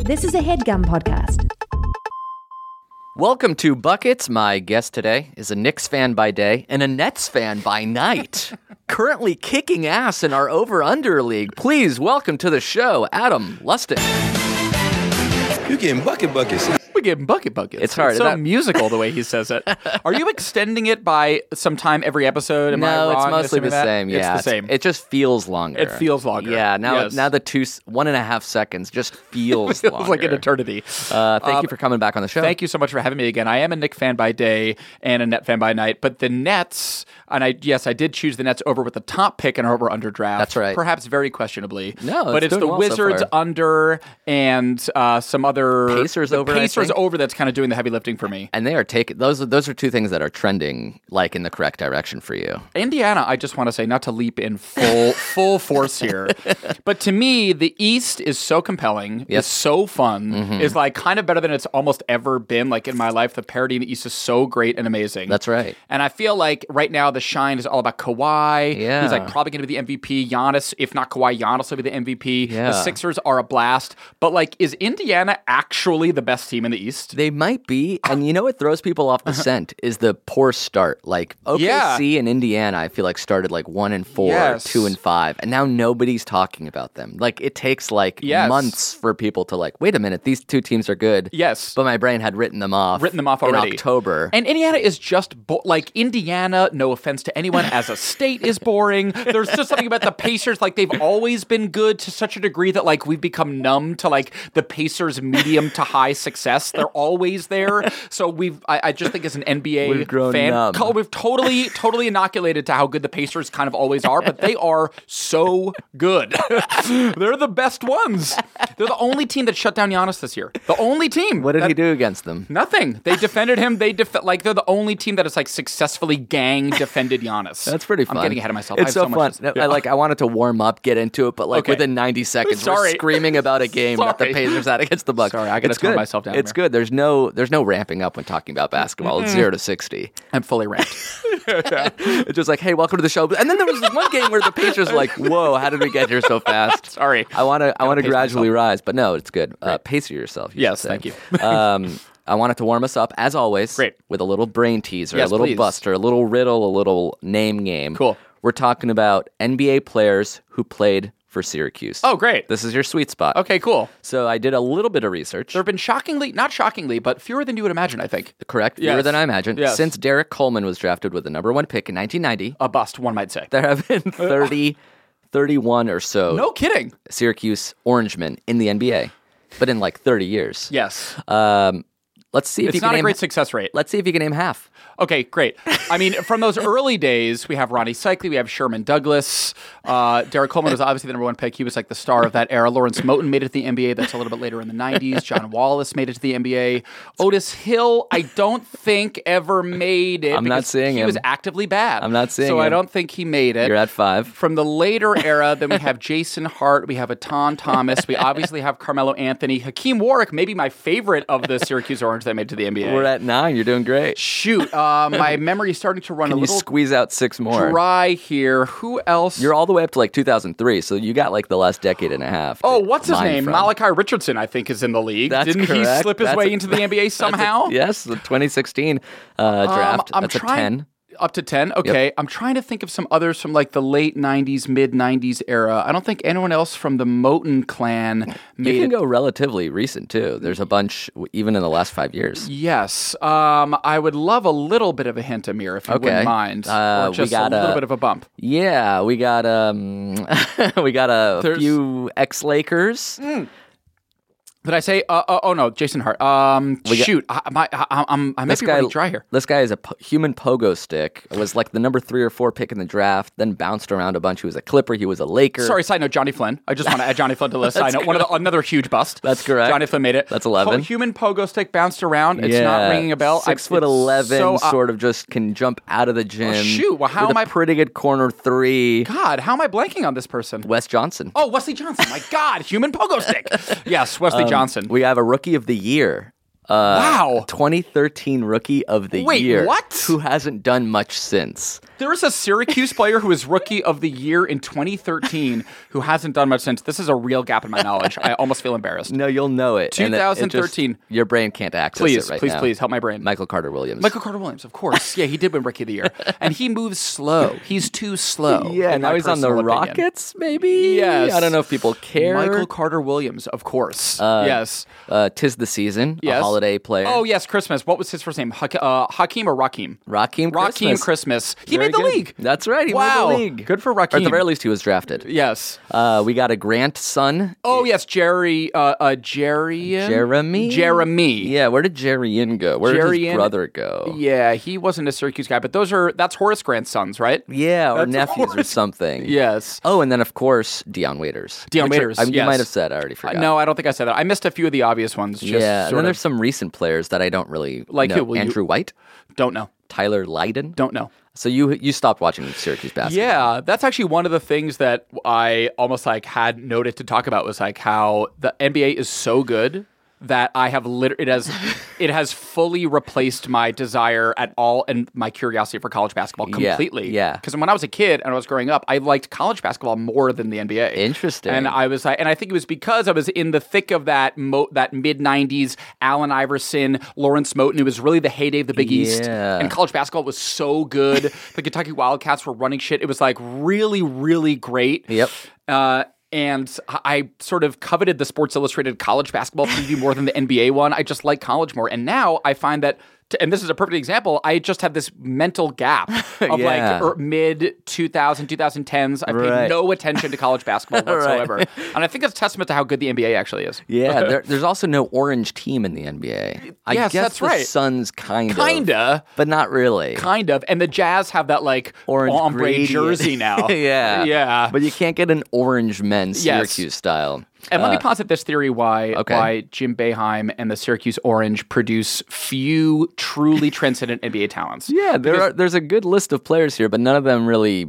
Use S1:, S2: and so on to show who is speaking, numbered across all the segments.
S1: This is a headgum podcast.
S2: Welcome to Buckets. My guest today is a Knicks fan by day and a Nets fan by night. Currently kicking ass in our over under league. Please welcome to the show, Adam Lustig.
S3: You getting bucket buckets.
S4: We give him bucket buckets.
S2: It's hard.
S4: so
S2: That-
S4: musical the way he says it. Are you extending it by some time every episode? Am I
S2: no, it's
S4: wrong in
S2: mostly
S4: assuming
S2: the
S4: that?
S2: same. Yeah,
S4: it's the same.
S2: It just feels longer.
S4: It feels longer.
S2: Yeah. Now,
S4: Yes.
S2: now the two s- one and a half seconds just feels,
S4: feels like an
S2: longer.
S4: eternity.
S2: Uh, thank you for coming back on the show.
S4: Thank you so much for having me again. I am a Nick fan by day and a Net fan by night, but the Nets, and I yes, I did choose the Nets over with the top pick in our over under draft.
S2: That's right.
S4: Perhaps very questionably.
S2: No, it's
S4: but it's
S2: doing
S4: the
S2: well so
S4: Wizards
S2: far.
S4: under and uh, some other
S2: Pacers
S4: the
S2: over, I
S4: Pacers
S2: think.
S4: over that's kind of doing the heavy lifting for me.
S2: And they are taking those. are- Those are two things that are trending like in the correct direction for you.
S4: Indiana, I just want to say, not to leap in full full force here, but to me, the East is so compelling,
S2: Yes. Mm-hmm.
S4: is so fun, is like kind of better than it's almost ever been. Like in my life, the parody in the East is so great and amazing.
S2: That's right.
S4: And I feel like right now the shine is all about Kawhi.
S2: Yeah.
S4: he's like probably going to be the MVP. Giannis, if not Kawhi, Giannis will be the MVP.
S2: Yeah.
S4: The Sixers are a blast, but like, is Indiana actually the best team in the East?
S2: They might be, and you know what throws people off the scent is the poor start. Like OKC
S4: Uh-huh. Yeah.
S2: and Indiana, I feel like started like one and four,
S4: Yes.
S2: two and five, and now nobody's talking about them. Like it takes like
S4: Yes.
S2: months for people to like, wait a minute, these two teams are good.
S4: Yes.
S2: but my brain had written them off,
S4: written them off
S2: in
S4: already.
S2: October.
S4: And Indiana is just bo- like Indiana. No offense to anyone, as a state is boring. There's just something about the Pacers. Like they've always been good to such a degree that like we've become numb to like the Pacers' medium to high success. They're always there. So we've. I, I just think as an NBA
S2: We've grown
S4: fan,
S2: numb.
S4: co- we've totally totally inoculated to how good the Pacers kind of always are. But they are so good. They're the best ones. They're the only team that shut down Giannis this year. The only team.
S2: what did
S4: that,
S2: he do against them?
S4: Nothing. They defended him. They def- like they're the only team that is like successfully gang defended Giannis.
S2: That's pretty fun.
S4: I'm getting ahead of myself. I
S2: It's
S4: have
S2: so,
S4: much
S2: fun.
S4: to say.
S2: No, I like. I wanted to warm up, get into it, but like
S4: Okay.
S2: within 90 seconds, we're
S4: Sorry.
S2: screaming about a game that the
S4: Sorry.
S2: Pacers had against the Bucks.
S4: Sorry, I gotta
S2: It's
S4: tone
S2: good.
S4: myself down
S2: It's
S4: here.
S2: good. There's no there's no ramping up when talking about basketball. It's zero to 60.
S4: I'm fully ranked.
S2: It's just like, hey, welcome to the show. And then there was this one game where the Pacers were like, whoa, how did we get here so fast?
S4: Sorry.
S2: I want to I want to
S4: pace
S2: gradually rise, but no, it's good. Uh, pace yourself. You
S4: Yes,
S2: should say.
S4: thank you.
S2: um, I wanted to warm us up as always.
S4: Great.
S2: with a little brain teaser,
S4: Yes,
S2: a little
S4: please.
S2: buster, a little riddle, a little name game.
S4: Cool.
S2: We're talking about NBA players who played for Syracuse.
S4: Oh, great.
S2: This is your sweet spot.
S4: okay, cool.
S2: So I did a little bit of research.
S4: There have been shockingly, not shockingly, but fewer than you would imagine. I think
S2: correct, fewer
S4: Yes.
S2: than I imagined.
S4: Yes.
S2: Since Derek Coleman was drafted with the number one pick in 1990,
S4: a bust, one might say.
S2: there have
S4: Uh,
S2: been 30, 31 or so
S4: No kidding.
S2: Syracuse Orangemen in the NBA, but in like 30 years.
S4: Yes,
S2: Um, let's see if you
S4: it's
S2: can
S4: not a
S2: name,
S4: great success rate.
S2: Let's see if you can name half.
S4: Okay, great. I mean, from those early days, we have Ronnie Cycli, we have Sherman Douglas. Uh, Derek Coleman was obviously the number one pick. He was like the star of that era. Lawrence Moten made it to the NBA. That's a little bit later in the 90s. John Wallace made it to the NBA. Otis Hill, I don't think ever made it.
S2: I'm not
S4: because
S2: seeing
S4: he was
S2: him.
S4: actively bad.
S2: I'm not seeing
S4: So I
S2: him.
S4: don't think he made it
S2: You're at five.
S4: from the later era, then we have Jason Hart, we have Atan Thomas, we obviously have Carmelo Anthony, Hakeem Warwick, maybe my favorite of the Syracuse Orange that made it to the NBA.
S2: We're at nine. You're doing great.
S4: Shoot, uh, my memory is starting to run
S2: Can
S4: a
S2: you
S4: little
S2: squeeze out six more?
S4: dry here. Who else?
S2: You're all the way up to like 2003, so you got like the last decade and a half. to
S4: oh, what's his
S2: mine
S4: name?
S2: from.
S4: Malachi Richardson, I think, is in the league.
S2: That's
S4: Didn't
S2: correct.
S4: he slip his
S2: That's
S4: way
S2: a-
S4: into the NBA somehow?
S2: Yes, the 2016 uh,
S4: Um,
S2: draft.
S4: I'm
S2: That's
S4: trying,
S2: a 10.
S4: Up to 10. Okay. I'm trying to think of some others from like the late 90s, mid 90s era. I don't think anyone else from the Moten clan made
S2: You
S4: it
S2: can go relatively recent too. There's a bunch w- even in the last five years.
S4: Yes. Um, I would love a little bit of a hint, Amir, if you
S2: Okay.
S4: wouldn't mind.
S2: Uh,
S4: or
S2: we
S4: just
S2: got
S4: a little
S2: a-
S4: bit of a bump.
S2: Yeah, we got um, we got a
S4: There's-
S2: few ex Lakers.
S4: Did I say? Uh, uh, oh, no, Jason Hart. Um,
S2: got-
S4: shoot. I, my, I, I, I'm, I might
S2: This
S4: be
S2: guy,
S4: running dry here.
S2: this guy is a po- human pogo stick. Was like the number three or four pick in the draft. Then bounced around a bunch. He was a Clipper. He was a Laker.
S4: Sorry, side note, Johnny Flynn. I just want to add Johnny Flynn to the list. Side note, one of the, another huge bust.
S2: That's correct.
S4: Johnny Flynn made it.
S2: That's 11.
S4: Po- human pogo stick bounced around. It's not
S2: Yeah,
S4: ringing a bell. I-
S2: Six foot
S4: it's
S2: eleven,
S4: so, uh,
S2: sort of just can jump out of the gym.
S4: shoot, well, how
S2: with
S4: am
S2: a
S4: I-
S2: Pretty good corner three.
S4: God, how am I blanking on this person?
S2: Wes Johnson.
S4: Oh, Wesley Johnson. My God, human pogo stick. Yes, Wesley Johnson.
S2: Um, We have a rookie of the year. Uh,
S4: wow.
S2: 2013 rookie of the
S4: Wait,
S2: year.
S4: what?
S2: Who hasn't done much since?
S4: There is a Syracuse player who was rookie of the year in 2013 who hasn't done much since. This is a real gap in my knowledge. I almost feel embarrassed.
S2: No, you'll know it. and it- it just-
S4: 2013.
S2: your brain can't access it
S4: Please,
S2: right
S4: please,
S2: now.
S4: please help my brain.
S2: Michael Carter Williams.
S4: Michael Carter Williams, of course. Yeah, he did win Rookie of the Year, and he moves slow. He's too slow.
S2: Yeah,
S4: in
S2: now
S4: my
S2: he's on the
S4: personal opinion.
S2: Rockets, maybe.
S4: Yes.
S2: I don't know if people care.
S4: Michael Carter Williams, of course. yes.
S2: uh, Tis the season.
S4: Yes.
S2: A holiday player.
S4: Oh yes, Christmas. What was his first name? Hak- uh, Hakeem or Rakim?
S2: Rakim
S4: Rakim
S2: Christmas.
S4: Christmas. He
S2: Very
S4: made the
S2: good.
S4: league.
S2: That's right. He
S4: wow.
S2: made the league.
S4: Good for
S2: Or
S4: Rakim.
S2: At the very least, he was drafted.
S4: Yes.
S2: Uh, we got a grandson.
S4: Oh yes, Jerry. Uh, uh, Jerry.
S2: Jeremy.
S4: Jeremy.
S2: Yeah, where did Jerryan go? Where did
S4: Jerryan-
S2: his brother go?
S4: Yeah, he wasn't a Syracuse guy, but those are that's Horace Grant's sons, right?
S2: Yeah, or
S4: That's
S2: nephews or
S4: horrid.
S2: something.
S4: Yes.
S2: Oh, and then of course Dion Waiters. Which
S4: Deion
S2: are-
S4: Waiters,
S2: I mean, You
S4: yes.
S2: might have said. I already
S4: Uh,
S2: forgot.
S4: no, I don't think I said that. I missed a few of the obvious ones. Just
S2: Yeah, and then
S4: sort of
S2: there's some recent players that I don't really
S4: Like
S2: know.
S4: who? Will you-
S2: Andrew White,
S4: don't know,
S2: Tyler Lydon.
S4: don't know.
S2: So you you stopped watching Syracuse basketball?
S4: Yeah, that's actually one of the things that I almost like had noted to talk about was like how the NBA is so good that I have lit- it has it has fully replaced my desire at all and my curiosity for college basketball
S2: Yeah,
S4: completely.
S2: yeah.
S4: Because when I was a kid and I was growing up, I liked college basketball more than the NBA.
S2: Interesting.
S4: And I was like, and I think it was because I was in the thick of that mo- that mid '90s Allen Iverson, Lawrence Moten. It was really the heyday of the Big East,
S2: Yeah.
S4: and college basketball was so good. the Kentucky Wildcats were running shit. It was like really, really great.
S2: Yep.
S4: Uh, and I- I sort of coveted the Sports Illustrated college basketball preview more than the NBA one. I just like college more. And now I find that, t- and this is a perfect example, I just have this mental gap of
S2: Yeah.
S4: like er, mid 2000, 2010s. I
S2: Right.
S4: paid no attention to college basketball
S2: Right.
S4: whatsoever. And I think that's testament to how good the NBA actually is.
S2: Yeah, there, there's also no orange team in the NBA. I
S4: Yes,
S2: guess
S4: that's
S2: the
S4: right.
S2: Suns kind of,
S4: Kinda.
S2: but not really.
S4: Kind of. And the Jazz have that like
S2: Orange
S4: ombre
S2: gradient.
S4: jersey now.
S2: yeah,
S4: Yeah.
S2: But you can't get an orange men's
S4: Yes.
S2: Syracuse style.
S4: And let me posit this theory why
S2: uh, okay.
S4: why Jim Beheim and the Syracuse Orange produce few truly transcendent NBA talents.
S2: Yeah, there are. There's a good list of players here, but none of them really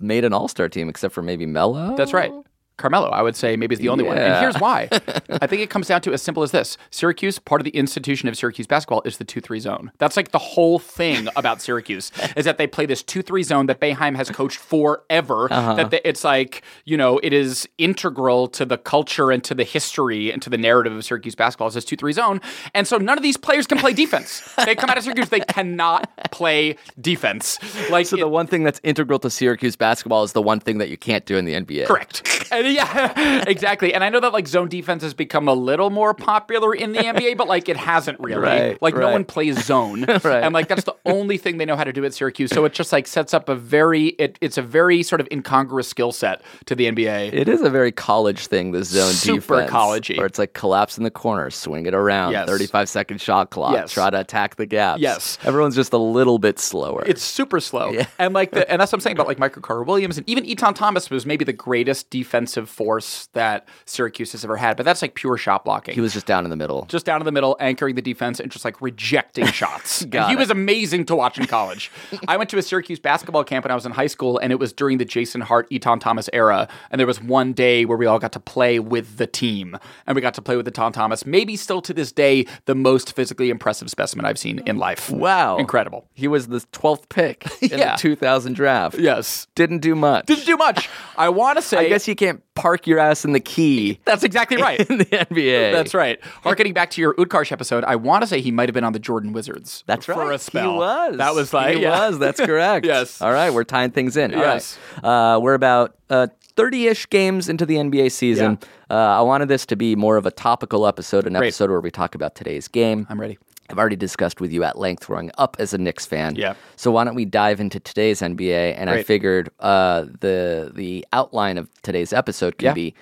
S2: made an All Star team except for maybe Melo.
S4: That's right. Carmelo, I would say, maybe is the only one. And
S2: Oh. Yeah.
S4: here's why. I think it comes down to as simple as this Syracuse, part of the institution of Syracuse basketball, is the 2 3 zone. That's like the whole thing about Syracuse, is that they play this 2 3 zone that Beheim has coached forever.
S2: Uh-huh.
S4: That they, it's like, you know, it is integral to the culture and to the history and to the narrative of Syracuse basketball is this 2 3 zone. And so none of these players can play defense. they come out of Syracuse, they cannot play defense. Like,
S2: So
S4: it-
S2: the one thing that's integral to Syracuse basketball is the one thing that you can't do in the NBA.
S4: Correct. And yeah, exactly. And I know that like zone defense has become a little more popular in the NBA, but like it hasn't really.
S2: Right,
S4: like no
S2: right.
S4: one plays zone, and like that's the only thing they know how to do at Syracuse. So it just like sets up a very it, it's a very sort of incongruous skill set to the NBA.
S2: It is a very college thing, the zone
S4: Super
S2: defense.
S4: college-y.
S2: Where it's like collapse in the corner, swing it around,
S4: Yes.
S2: 35 second shot clock,
S4: Yes.
S2: try to attack the gaps.
S4: Yes.
S2: Everyone's just a little bit slower.
S4: It's super slow. And like the, and that's what I'm saying about like Michael Carter Williams and even Eton Thomas was maybe the greatest defensive force that Syracuse has ever had. But that's like pure shot blocking.
S2: he was just down in the middle.
S4: just down in the middle, anchoring the defense and just like rejecting shots. And
S2: Got
S4: he
S2: it.
S4: was amazing to watch in college. I went to a Syracuse basketball camp when I was in high school, and it was during the Jason Hart, Eton Thomas era. And there was one day where we all got to play with the team, and we got to play with Eton Thomas. Maybe still to this day, the most physically impressive specimen I've seen in life.
S2: wow.
S4: incredible.
S2: He was the 12th pick in
S4: Yeah.
S2: the 2000 draft.
S4: Yes,
S2: Didn't do much.
S4: didn't do much. I want to say.
S2: I guess you can't park your ass in the key
S4: that's exactly right.
S2: in the NBA.
S4: That's right. Harkening back to your Utkarsh episode, I want to say he might have been on the Jordan Wizards.
S2: That's right.
S4: For a spell.
S2: He was.
S4: That was like
S2: He
S4: yeah.
S2: was. That's correct.
S4: Yes.
S2: All right. We're tying things in. All
S4: Yes.
S2: right. Uh, we're about uh, 30-ish games into the NBA season. Uh, I wanted this to be more of a topical episode, an episode where we talk about today's game.
S4: I'm ready.
S2: I've already discussed with you at length growing up as a Knicks fan.
S4: Yeah.
S2: So why don't we dive into today's NBA? And I
S4: Great.
S2: figured uh, the the outline of today's episode can
S4: Yeah.
S2: be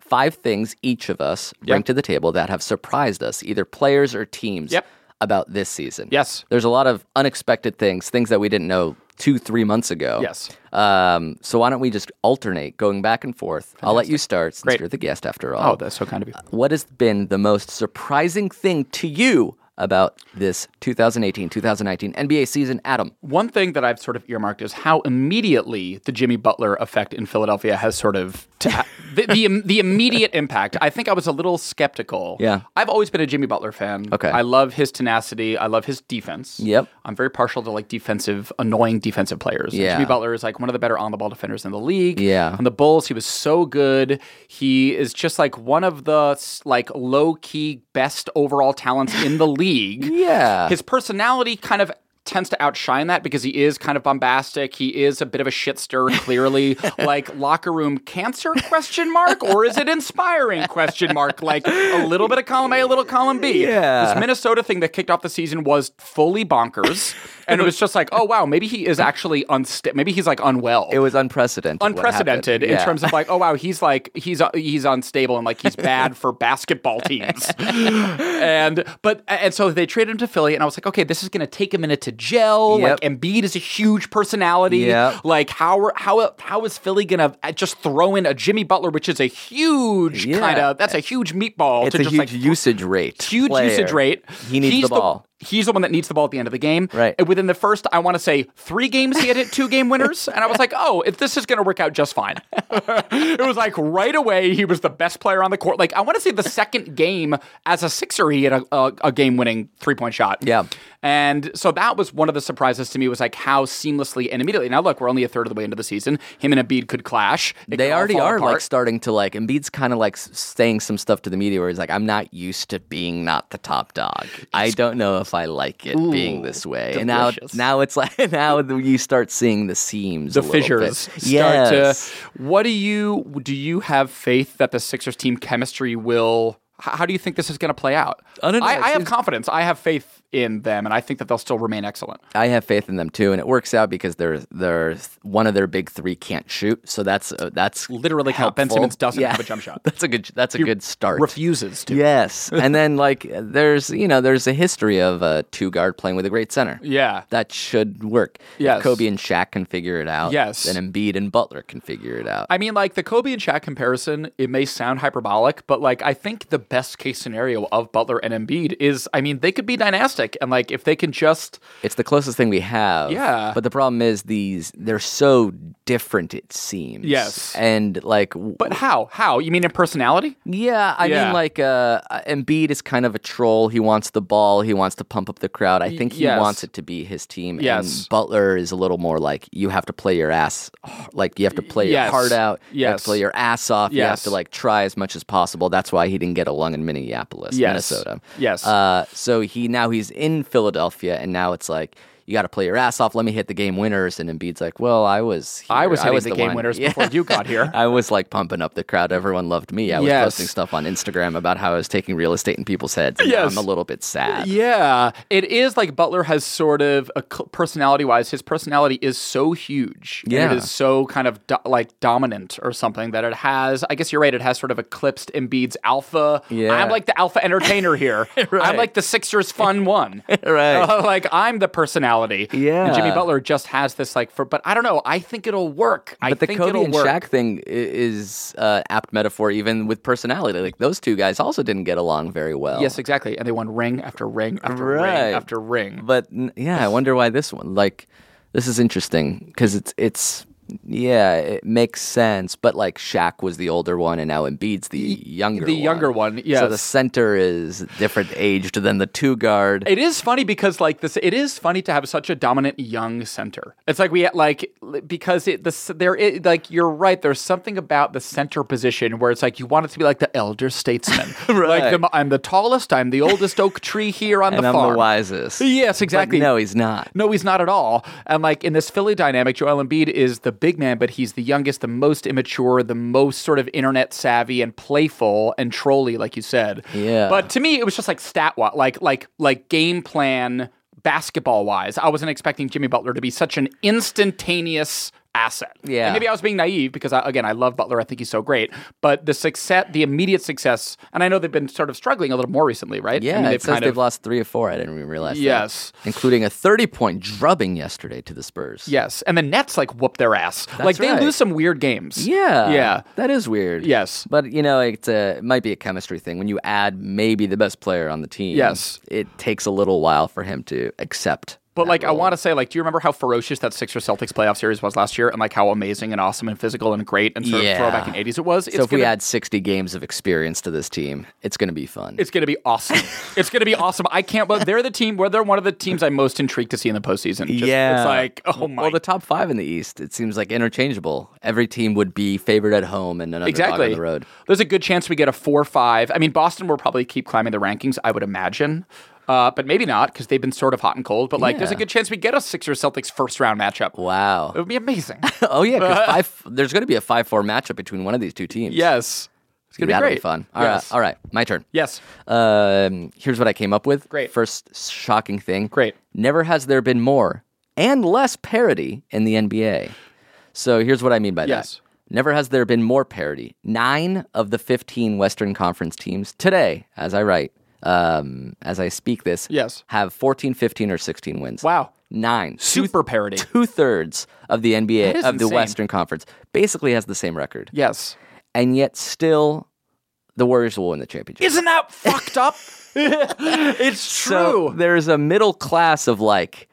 S2: five things each of us bring to the table that have surprised us, either players or teams,
S4: Yep.
S2: about this season.
S4: Yes.
S2: There's a lot of unexpected things, things that we didn't know two, three months ago.
S4: Yes.
S2: Um, so why don't we just alternate going back and forth? I'll let you start since
S4: Great.
S2: you're the guest after all.
S4: Oh, that's so kind of you.
S2: What has been the most surprising thing to you about this 2018 2019 NBA season, Adam?
S4: One thing that I've sort of earmarked is how immediately the Jimmy Butler effect in Philadelphia has sort of ta- the, the the immediate impact. I think I was a little skeptical.
S2: Yeah.
S4: I've always been a Jimmy Butler fan.
S2: Okay.
S4: I love his tenacity. I love his defense.
S2: Yep.
S4: I'm very partial to like defensive, annoying defensive players. And
S2: Yeah.
S4: Jimmy Butler is like one of the better on the ball defenders in the league.
S2: Yeah.
S4: On the Bulls, he was so good. He is just like one of the s- like low key best overall talents in the league.
S2: Yeah.
S4: His personality kind of tends to outshine that because he is kind of bombastic. He is a bit of a shitster, clearly. like locker room cancer question mark or is it inspiring question mark? Like a little bit of column A, a little column B.
S2: Yeah.
S4: This Minnesota thing that kicked off the season was fully bonkers, and it was just like, oh wow, maybe he is actually unsta- maybe he's like unwell.
S2: It was unprecedented. what
S4: unprecedented
S2: happened.
S4: in
S2: Yeah.
S4: terms of like, oh wow, he's like he's uh, he's unstable and like he's bad for basketball teams. and but and so they traded him to Philly, and I was like, okay, this is gonna take a minute to gel.
S2: Yep.
S4: Like Embiid is a huge personality.
S2: Yep.
S4: Like how are- how how is Philly gonna uh, just throw in a Jimmy Butler, which is a huge
S2: Yeah.
S4: kind of that's a huge meatball
S2: it's
S4: to
S2: a
S4: just
S2: huge
S4: like
S2: usage rate.
S4: huge
S2: player.
S4: usage rate.
S2: He needs
S4: he's
S2: the ball.
S4: he's the one that needs the ball at the end of the game.
S2: Right.
S4: And within the first, I want to say three games, he had hit two game winners, and I was like, oh, if this is going to work out just fine. it was like right away he was the best player on the court. Like I want to say the second game as a sixer, he had a, a, a game winning three point shot.
S2: Yeah.
S4: And so that was one of the surprises to me was like how seamlessly and immediately. Now look, we're only a third of the way into the season. Him and Embiid could clash. It could
S2: They
S4: all
S2: already
S4: fall
S2: are like
S4: apart.
S2: starting to like Embiid's kind of like s- saying some stuff to the media where he's like, "I'm not used to being not the top dog. I don't know if I like it being this way." And now,
S4: delicious.
S2: now it's like now the- you start seeing the seams,
S4: the
S2: a little
S4: fissures
S2: Bit.
S4: start
S2: Yes.
S4: to. What do you do? You have faith that the Sixers team chemistry will. h- How do you think this is going to play out?
S2: I don't know.
S4: I,
S2: It
S4: I have
S2: seems-
S4: confidence. I have faith in them, and I think that they'll still remain excellent.
S2: I have faith in them too, and it works out because they're they're one of their big three can't shoot, so that's uh, that's
S4: Literally, how Ben
S2: helpful.
S4: Simmons doesn't
S2: Yeah.
S4: have a jump shot.
S2: That's a good. That's a good start.
S4: Refuses to.
S2: Yes, and then like there's you know there's a history of a two guard playing with a great center.
S4: Yeah.
S2: that should work.
S4: Yes.
S2: if Kobe and Shaq can figure it out.
S4: Yes.
S2: then Embiid and Butler can figure it out.
S4: I mean, like the Kobe and Shaq comparison, it may sound hyperbolic, but like I think the best case scenario of Butler and Embiid is, I mean, they could be dynastic, and like if they can just
S2: it's the closest thing we have.
S4: Yeah.
S2: but the problem is these they're so different. It seems.
S4: Yes.
S2: and like. w-
S4: But how? How? You mean in personality?
S2: yeah, I
S4: Yeah.
S2: mean, like, uh, Embiid is kind of a troll. He wants the ball. He wants to pump up the crowd. I think he
S4: yes.
S2: wants it to be his team.
S4: Yes.
S2: And Butler is a little more like, you have to play your ass, like, you have to play your
S4: Yes.
S2: heart out. You have
S4: Yes.
S2: to play your ass off. You have
S4: Yes.
S2: to, like, try as much as possible. That's why he didn't get along in Minneapolis,
S4: Yes.
S2: Minnesota.
S4: Yes.
S2: Uh, so he now he's in Philadelphia, and now it's like, you got to play your ass off. Let me hit the game winners. And Embiid's like, well, I was here.
S4: I was hitting the, game
S2: one."
S4: winners
S2: Yeah.
S4: before you got here.
S2: I was like pumping up the crowd. Everyone loved me. I was
S4: Yes.
S2: posting stuff on Instagram about how I was taking real estate in people's heads. And now
S4: Yes.
S2: I'm a little bit sad.
S4: Yeah, it is like Butler has sort of a personality wise, his personality is so huge. and
S2: Yeah.
S4: it is so kind of do- like dominant or something that it has. I guess you're right. It has sort of eclipsed Embiid's alpha.
S2: Yeah.
S4: I'm like the alpha entertainer here. I'm like the Sixers fun one.
S2: Right.
S4: Uh, like I'm the personality.
S2: Yeah.
S4: and Jimmy Butler just has this like for. But I don't know. I think it'll work. I
S2: But the
S4: think
S2: Kobe
S4: it'll
S2: and
S4: work.
S2: Shaq thing i- is uh, apt metaphor, even with personality. Like those two guys also didn't get along very well.
S4: Yes, exactly. And they won ring after ring after
S2: Right.
S4: ring after ring.
S2: But n- yeah, I wonder why this one. Like, this is interesting because it's it's yeah, it makes sense. But like Shaq was the older one, and now Embiid's the younger
S4: the
S2: one.
S4: younger one,
S2: So the
S4: yes.
S2: center is different aged than the two guard.
S4: It is funny because like this, it is funny to have such a dominant young center. It's like we like because it the there it, like you're right. There's something about the center position where it's like you want it to be like the elder statesman.
S2: Right.
S4: Like the, I'm the tallest. I'm the oldest oak tree here on
S2: and
S4: the
S2: I'm
S4: farm.
S2: the wisest.
S4: Yes, exactly.
S2: But no, he's not.
S4: No, he's not at all. And like in this Philly dynamic, Joel Embiid is the big man, but he's the youngest, the most immature, the most sort of internet savvy and playful and trolly, like you said.
S2: Yeah.
S4: But to me, it was just like stat wise, like like like game plan basketball wise. I wasn't expecting Jimmy Butler to be such an instantaneous asset.
S2: Yeah.
S4: And maybe I was being naive because, I, again, I love Butler. I think he's so great. But the success, the immediate success, and I know they've been sort of struggling a little more recently, right? I
S2: Yeah,
S4: mean,
S2: it says they've lost three or four. I didn't even realize. that.
S4: Yes.
S2: including a thirty-point drubbing yesterday to the Spurs.
S4: Yes, and the Nets like whoop their ass. like they
S2: right.
S4: lose some weird games.
S2: yeah,
S4: yeah.
S2: that is weird.
S4: Yes.
S2: but you know, it's a, it might be a chemistry thing. When you add maybe the best player on the team,
S4: Yes.
S2: it takes a little while for him to accept.
S4: But like I want to say, like, do you remember how ferocious that Sixers Celtics playoff series was last year, and like how amazing and awesome and physical and great and sort
S2: Yeah.
S4: of throwback in eighties it was? It's
S2: So if we
S4: gonna-
S2: add sixty games of experience to this team, it's going to be fun.
S4: it's gonna be awesome. it's gonna be awesome. I can't. But they're the team. Where they're one of the teams I'm most intrigued to see in the postseason. Just- it's like oh my.
S2: Well, the top five in the East, it seems like interchangeable. Every team would be favored at home and an underdog
S4: Exactly.
S2: on the road.
S4: There's a good chance we get a four five. I mean, Boston will probably keep climbing the rankings, I would imagine, uh, but maybe not because they've been sort of hot and cold. But like, there's a
S2: Yeah.
S4: good chance we get a Sixers Celtics first round matchup.
S2: Wow.
S4: It would be amazing.
S2: Oh yeah, 'cause five, there's going to be a five-four matchup between one of these two teams.
S4: yes, it's gonna
S2: that'll
S4: be great.
S2: be fun. All right,
S4: yes.
S2: all right, my turn.
S4: Yes.
S2: Um, here's what I came up with.
S4: Great.
S2: First shocking thing.
S4: Great.
S2: Never has there been more and less parody in the NBA. So here's what I mean by
S4: Yes.
S2: that. Never has there been more parody. Nine of the 15 Western Conference teams today, as I write, um, as I speak this,
S4: Yes.
S2: have 14, 15, or 16 wins.
S4: Wow.
S2: Nine.
S4: Super parody.
S2: Two thirds of the NBA,
S4: That
S2: of
S4: is
S2: the
S4: insane.
S2: Western Conference, basically has the same record.
S4: Yes.
S2: And yet still, the Warriors will win the championship.
S4: Isn't that fucked up? it's
S2: So
S4: true.
S2: there's a middle class of like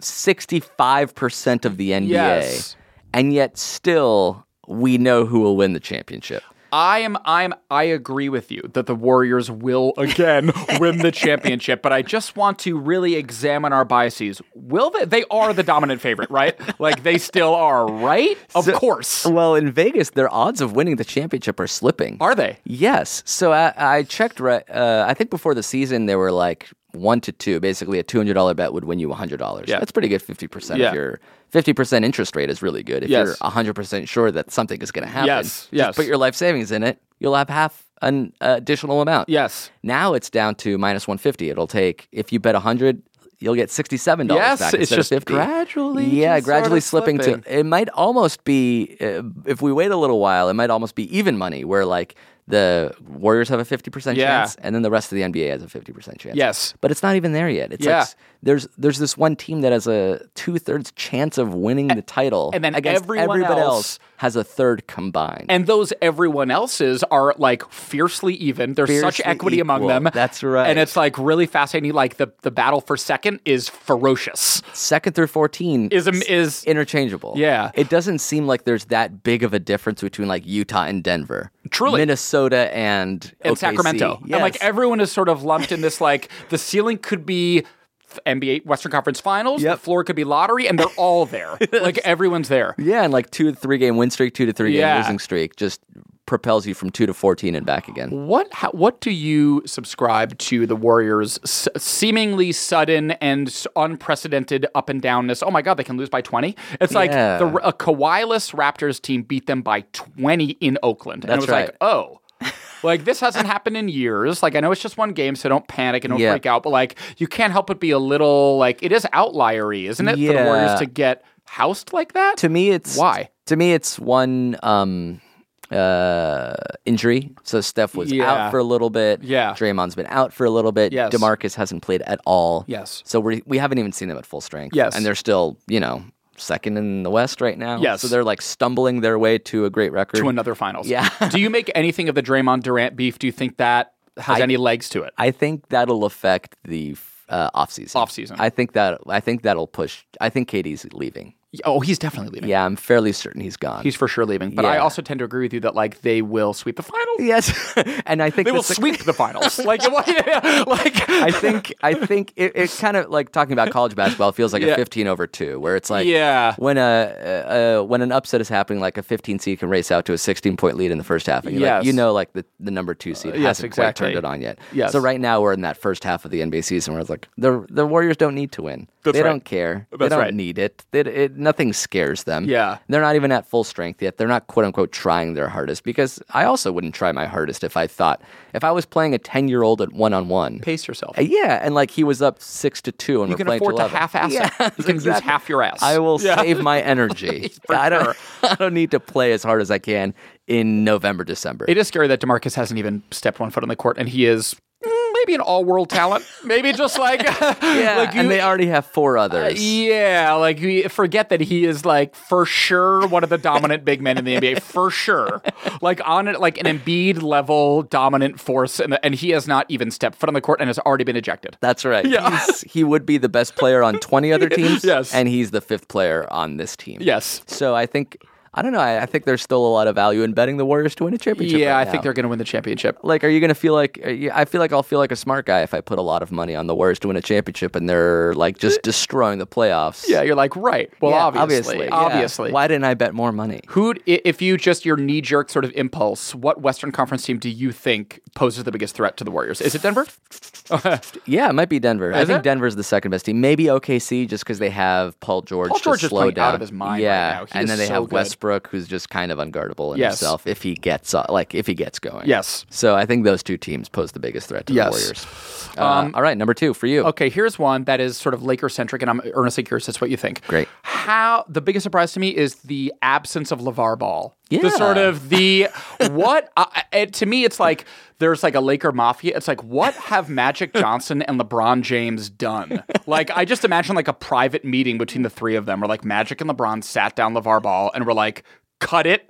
S2: 65% of the NBA.
S4: Yes.
S2: And yet still we know who will win the championship.
S4: I am I'm I agree with you that the Warriors will again win the championship, but I just want to really examine our biases. Will they they are the dominant favorite, right? Like they still are, right? Of course.
S2: Well, in Vegas, their odds of winning the championship are slipping.
S4: Are they?
S2: Yes. So I, I checked. Right, uh, I think before the season, they were like one to two. Basically, a two hundred dollar bet would win you hundred dollars.
S4: Yeah.
S2: that's pretty good. Fifty percent.
S4: Yeah.
S2: If your fifty percent interest rate is really good. If
S4: Yes.
S2: you're hundred percent sure that something is going to happen,
S4: Yes,
S2: just
S4: yes.
S2: put your life savings in it. You'll have half an additional amount.
S4: Yes.
S2: Now it's down to minus one fifty. It'll take if you bet hundred. You'll get sixty-seven dollars
S4: Yes,
S2: back
S4: it's
S2: instead
S4: just
S2: of fifty.
S4: gradually
S2: yeah,
S4: just sort
S2: gradually
S4: of
S2: slipping,
S4: slipping.
S2: to. It might almost be uh, if we wait a little while, it might almost be even money, where like the Warriors have a fifty percent
S4: Yeah.
S2: chance, and then the rest of the NBA has a fifty percent chance.
S4: Yes.
S2: but it's not even there yet. It's like
S4: Yeah.
S2: s- there's there's this one team that has a two thirds chance of winning the title,
S4: and then
S2: against
S4: everyone
S2: everybody
S4: else-
S2: has a third combined.
S4: And those everyone else's are like fiercely even. There's such
S2: Fiercely
S4: equity among
S2: equal.
S4: them.
S2: That's right.
S4: And it's like really fascinating. Like the, the battle for second is ferocious.
S2: second through fourteen
S4: Is is
S2: interchangeable.
S4: Yeah.
S2: It doesn't seem like there's that big of a difference between like Utah and Denver.
S4: Truly.
S2: Minnesota and,
S4: and
S2: OKC.
S4: Sacramento. And like
S2: Yes.
S4: everyone is sort of lumped in this like the ceiling could be NBA Western Conference Finals,
S2: Yep.
S4: the floor could be lottery, and they're all there. like everyone's there.
S2: Yeah, and like two to three game win streak, two to three game
S4: Yeah.
S2: losing streak just propels you from two to fourteen and back again.
S4: What how, what do you subscribe to the Warriors' s- seemingly sudden and s- unprecedented up and downness? Oh my God, they can lose by twenty. It's like
S2: Yeah.
S4: the a Kawhi-less Raptors team beat them by twenty in Oakland, and it
S2: That's
S4: was
S2: right.
S4: like, oh. like this hasn't happened in years. Like I know it's just one game, so don't panic and don't
S2: Yeah.
S4: freak out. But like you can't help but be a little like it is outliery, isn't it, for the
S2: Yeah.
S4: Warriors to get housed like that?
S2: To me it's
S4: Why?
S2: To me it's one um uh injury. So Steph was
S4: Yeah.
S2: out for a little bit.
S4: Yeah.
S2: Draymond's been out for a little bit.
S4: Yes.
S2: DeMarcus hasn't played at all.
S4: Yes.
S2: So we we haven't even seen them at full strength.
S4: Yes.
S2: And they're still, you know, second in the West right now.
S4: Yes.
S2: So they're like stumbling their way to a great record.
S4: to another finals.
S2: Yeah.
S4: do you make anything of the Draymond Durant beef? Do you think that has any legs to it?
S2: I think that'll affect the uh, offseason.
S4: Offseason.
S2: I think that I think that'll push I think Katie's leaving.
S4: Oh, he's definitely leaving.
S2: Yeah, I'm fairly certain he's gone.
S4: He's for sure leaving. But I
S2: Yeah.
S4: also tend to agree with you that like they will sweep the finals.
S2: yes. and I think
S4: They will
S2: that's-
S4: sweep the finals. like, what- like
S2: I think I think it, it's kind of like talking about college basketball feels like a
S4: Yeah.
S2: 15 over 2 where it's like
S4: Yeah.
S2: when a, uh, uh, when an upset is happening like a 15 seed can race out to a 16 point lead in the first half and you're like,
S4: Yes. Uh,
S2: you know like the, the number 2 seed
S4: yes,
S2: hasn't
S4: exactly.
S2: quite turned it on yet.
S4: Yes.
S2: So right now we're in that first half of the NBA season where it's like the the Warriors don't need to win.
S4: That's
S2: they
S4: right.
S2: don't care. they
S4: That's
S2: don't
S4: right.
S2: need it. They, it nothing scares them.
S4: Yeah.
S2: They're not even at full strength yet. They're not quote unquote trying their hardest because I also wouldn't try my hardest if I thought if I was playing a 10-year-old at one-on-one.
S4: Pace yourself.
S2: Uh, Yeah, and like he was up 6 to 2 and
S4: you
S2: we're
S4: can
S2: playing to
S4: afford to
S2: 11.
S4: half-ass
S2: Yeah,
S4: it. You can use
S2: exactly.
S4: half your ass.
S2: I will save my energy. I don't I don't need to play as hard as I can in November December.
S4: It is scary that Demarcus hasn't even stepped one foot on the court, and he is mm, maybe an all-world talent. maybe just like
S2: yeah,
S4: like
S2: and they already have four others.
S4: Yeah, like we forget that he is like for sure one of the dominant big men in the NBA for sure. Like on it, like an Embiid level dominant force, and and he has not even stepped foot on the court and has already been ejected.
S2: That's right.
S4: Yeah.
S2: He's, he would be the best player on 20 other teams.
S4: Yes.
S2: And he's the fifth player on this team.
S4: Yes.
S2: So I think, I don't know, I, I think there's still a lot of value in betting the Warriors to win a championship.
S4: Yeah,
S2: right
S4: I think
S2: now.
S4: they're going to win the championship.
S2: Like, are you going to feel like, are you- I feel like I'll feel like a smart guy if I put a lot of money on the Warriors to win a championship and they're like just destroying the playoffs.
S4: Uh, Yeah, you're like right. Well,
S2: Yeah,
S4: obviously,
S2: yeah.
S4: obviously.
S2: Why didn't I bet more money?
S4: Who, i- if you just your knee jerk sort of impulse, what Western Conference team do you think poses the biggest threat to the Warriors? Is it Denver?
S2: Yeah, it might be Denver. I
S4: Is
S2: think
S4: it?
S2: Denver's the second best team. Maybe OKC just because they have Paul George.
S4: Paul
S2: to
S4: George is
S2: slow
S4: playing out
S2: down.
S4: of his mind right
S2: Yeah,
S4: now. He
S2: and
S4: is
S2: then they
S4: so
S2: have
S4: good.
S2: Westbrook, who's just kind of unguardable in
S4: Yes.
S2: himself if he gets uh, like if he gets going.
S4: Yes.
S2: So I think those two teams pose the biggest threat to
S4: Yes. Um,
S2: the Warriors. Uh, all right, number two for you.
S4: Okay, here's one that is sort of Laker centric, and I'm earnestly curious as to what you think.
S2: Great.
S4: How the biggest surprise to me is the absence of LeVar Ball.
S2: Yeah.
S4: The sort of the what I I- it, to me it's like there's like a Laker mafia. It's like what have Magic Johnson and LeBron James done? Like I just imagine like a private meeting between the three of them, where like Magic and LeBron sat down LeVar Ball and were like, cut it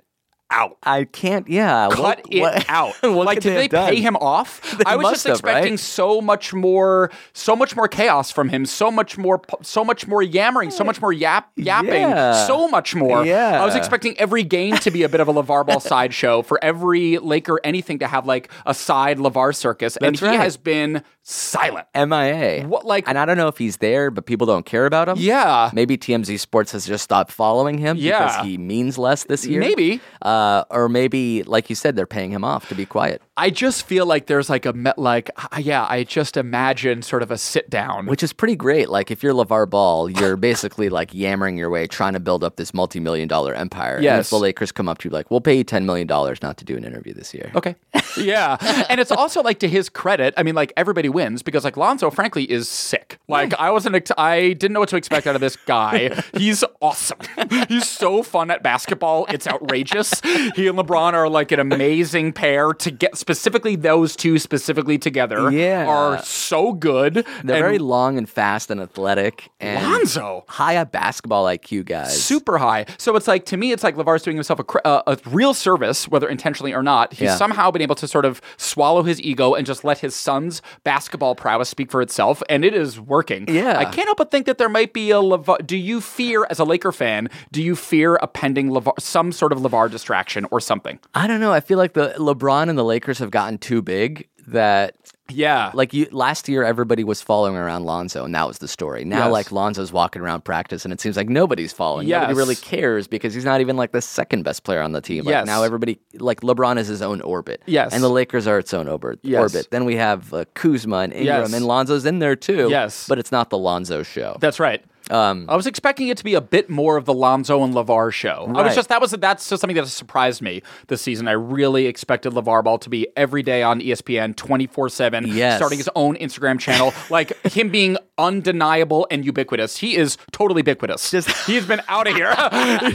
S4: out
S2: I can't. Yeah,
S4: cut
S2: what,
S4: it
S2: what-
S4: out.
S2: what
S4: like,
S2: could
S4: did they,
S2: have done?
S4: pay him off? I was
S2: must
S4: just
S2: have,
S4: expecting
S2: right?
S4: so much more, so much more chaos from him, so much more, pu- so much more yammering, so much more yap yapping,
S2: Yeah.
S4: so much more.
S2: Yeah.
S4: I was expecting every game to be a bit of a Levar Ball sideshow for every Laker anything to have like a side Levar circus, and
S2: That's
S4: he
S2: right.
S4: has been silent.
S2: MIA.
S4: What, like-
S2: and I don't know if he's there, but people don't care about him.
S4: Yeah.
S2: Maybe TMZ Sports has just stopped following him
S4: Yeah.
S2: because he means less this year.
S4: Maybe.
S2: Uh, or maybe, like you said, they're paying him off to be quiet,
S4: I just feel like there's like a met like uh, yeah. I just imagine sort of a sit down.
S2: which is pretty great. Like, if you're LeVar Ball, you're basically like yammering your way, trying to build up this multi million dollar empire. And if
S4: Yes.
S2: the Lakers come up to you, like, we'll pay you $10 million not to do an interview this year.
S4: Okay. yeah. And it's also like to his credit, I mean, like everybody wins because like Lonzo, frankly, is sick. Like I wasn't, ex- I didn't know what to expect out of this guy. He's awesome. He's so fun at basketball. It's outrageous. He and LeBron are like an amazing pair to get specifically those two specifically together.
S2: Yeah.
S4: Are so good.
S2: They're
S4: and
S2: very long and fast and athletic and
S4: Lonzo.
S2: high up basketball IQ guys.
S4: super high. So it's like to me, it's like Lavar's doing himself a, cr- uh, a real service, whether intentionally or not. He's
S2: Yeah.
S4: somehow been able to sort of swallow his ego and just let his son's basketball prowess speak for itself, and it is working.
S2: Yeah.
S4: I can't help but think that there might be a Lavar. Do you fear, as a Laker fan, do you fear a pending Lavar, some sort of Lavar distraction or something?
S2: I don't know. I feel like the LeBron and the Lakers have gotten too big that
S4: Yeah,
S2: like you last year everybody was following around Lonzo and that was the story. Now
S4: Yes.
S2: like Lonzo's walking around practice and it seems like nobody's following. Nobody
S4: Yes.
S2: really cares because he's not even like the second best player on the team. Like
S4: Yes.
S2: now everybody like LeBron is his own orbit.
S4: Yes.
S2: And the Lakers are its own orbit.
S4: Yes.
S2: orbit. Then we have uh, Kuzma and Ingram
S4: Yes.
S2: and Lonzo's in there too.
S4: Yes.
S2: But it's not the Lonzo show.
S4: That's right.
S2: Um,
S4: I was expecting it to be a bit more of the Lonzo and Lavar show. I
S2: Right.
S4: was just that was that's just something that surprised me this season. I really expected Lavar Ball to be every day on E ESPN, twenty four seven,
S2: Yes.
S4: starting his own Instagram channel, like him being undeniable and ubiquitous. He is totally ubiquitous. He's been out of here.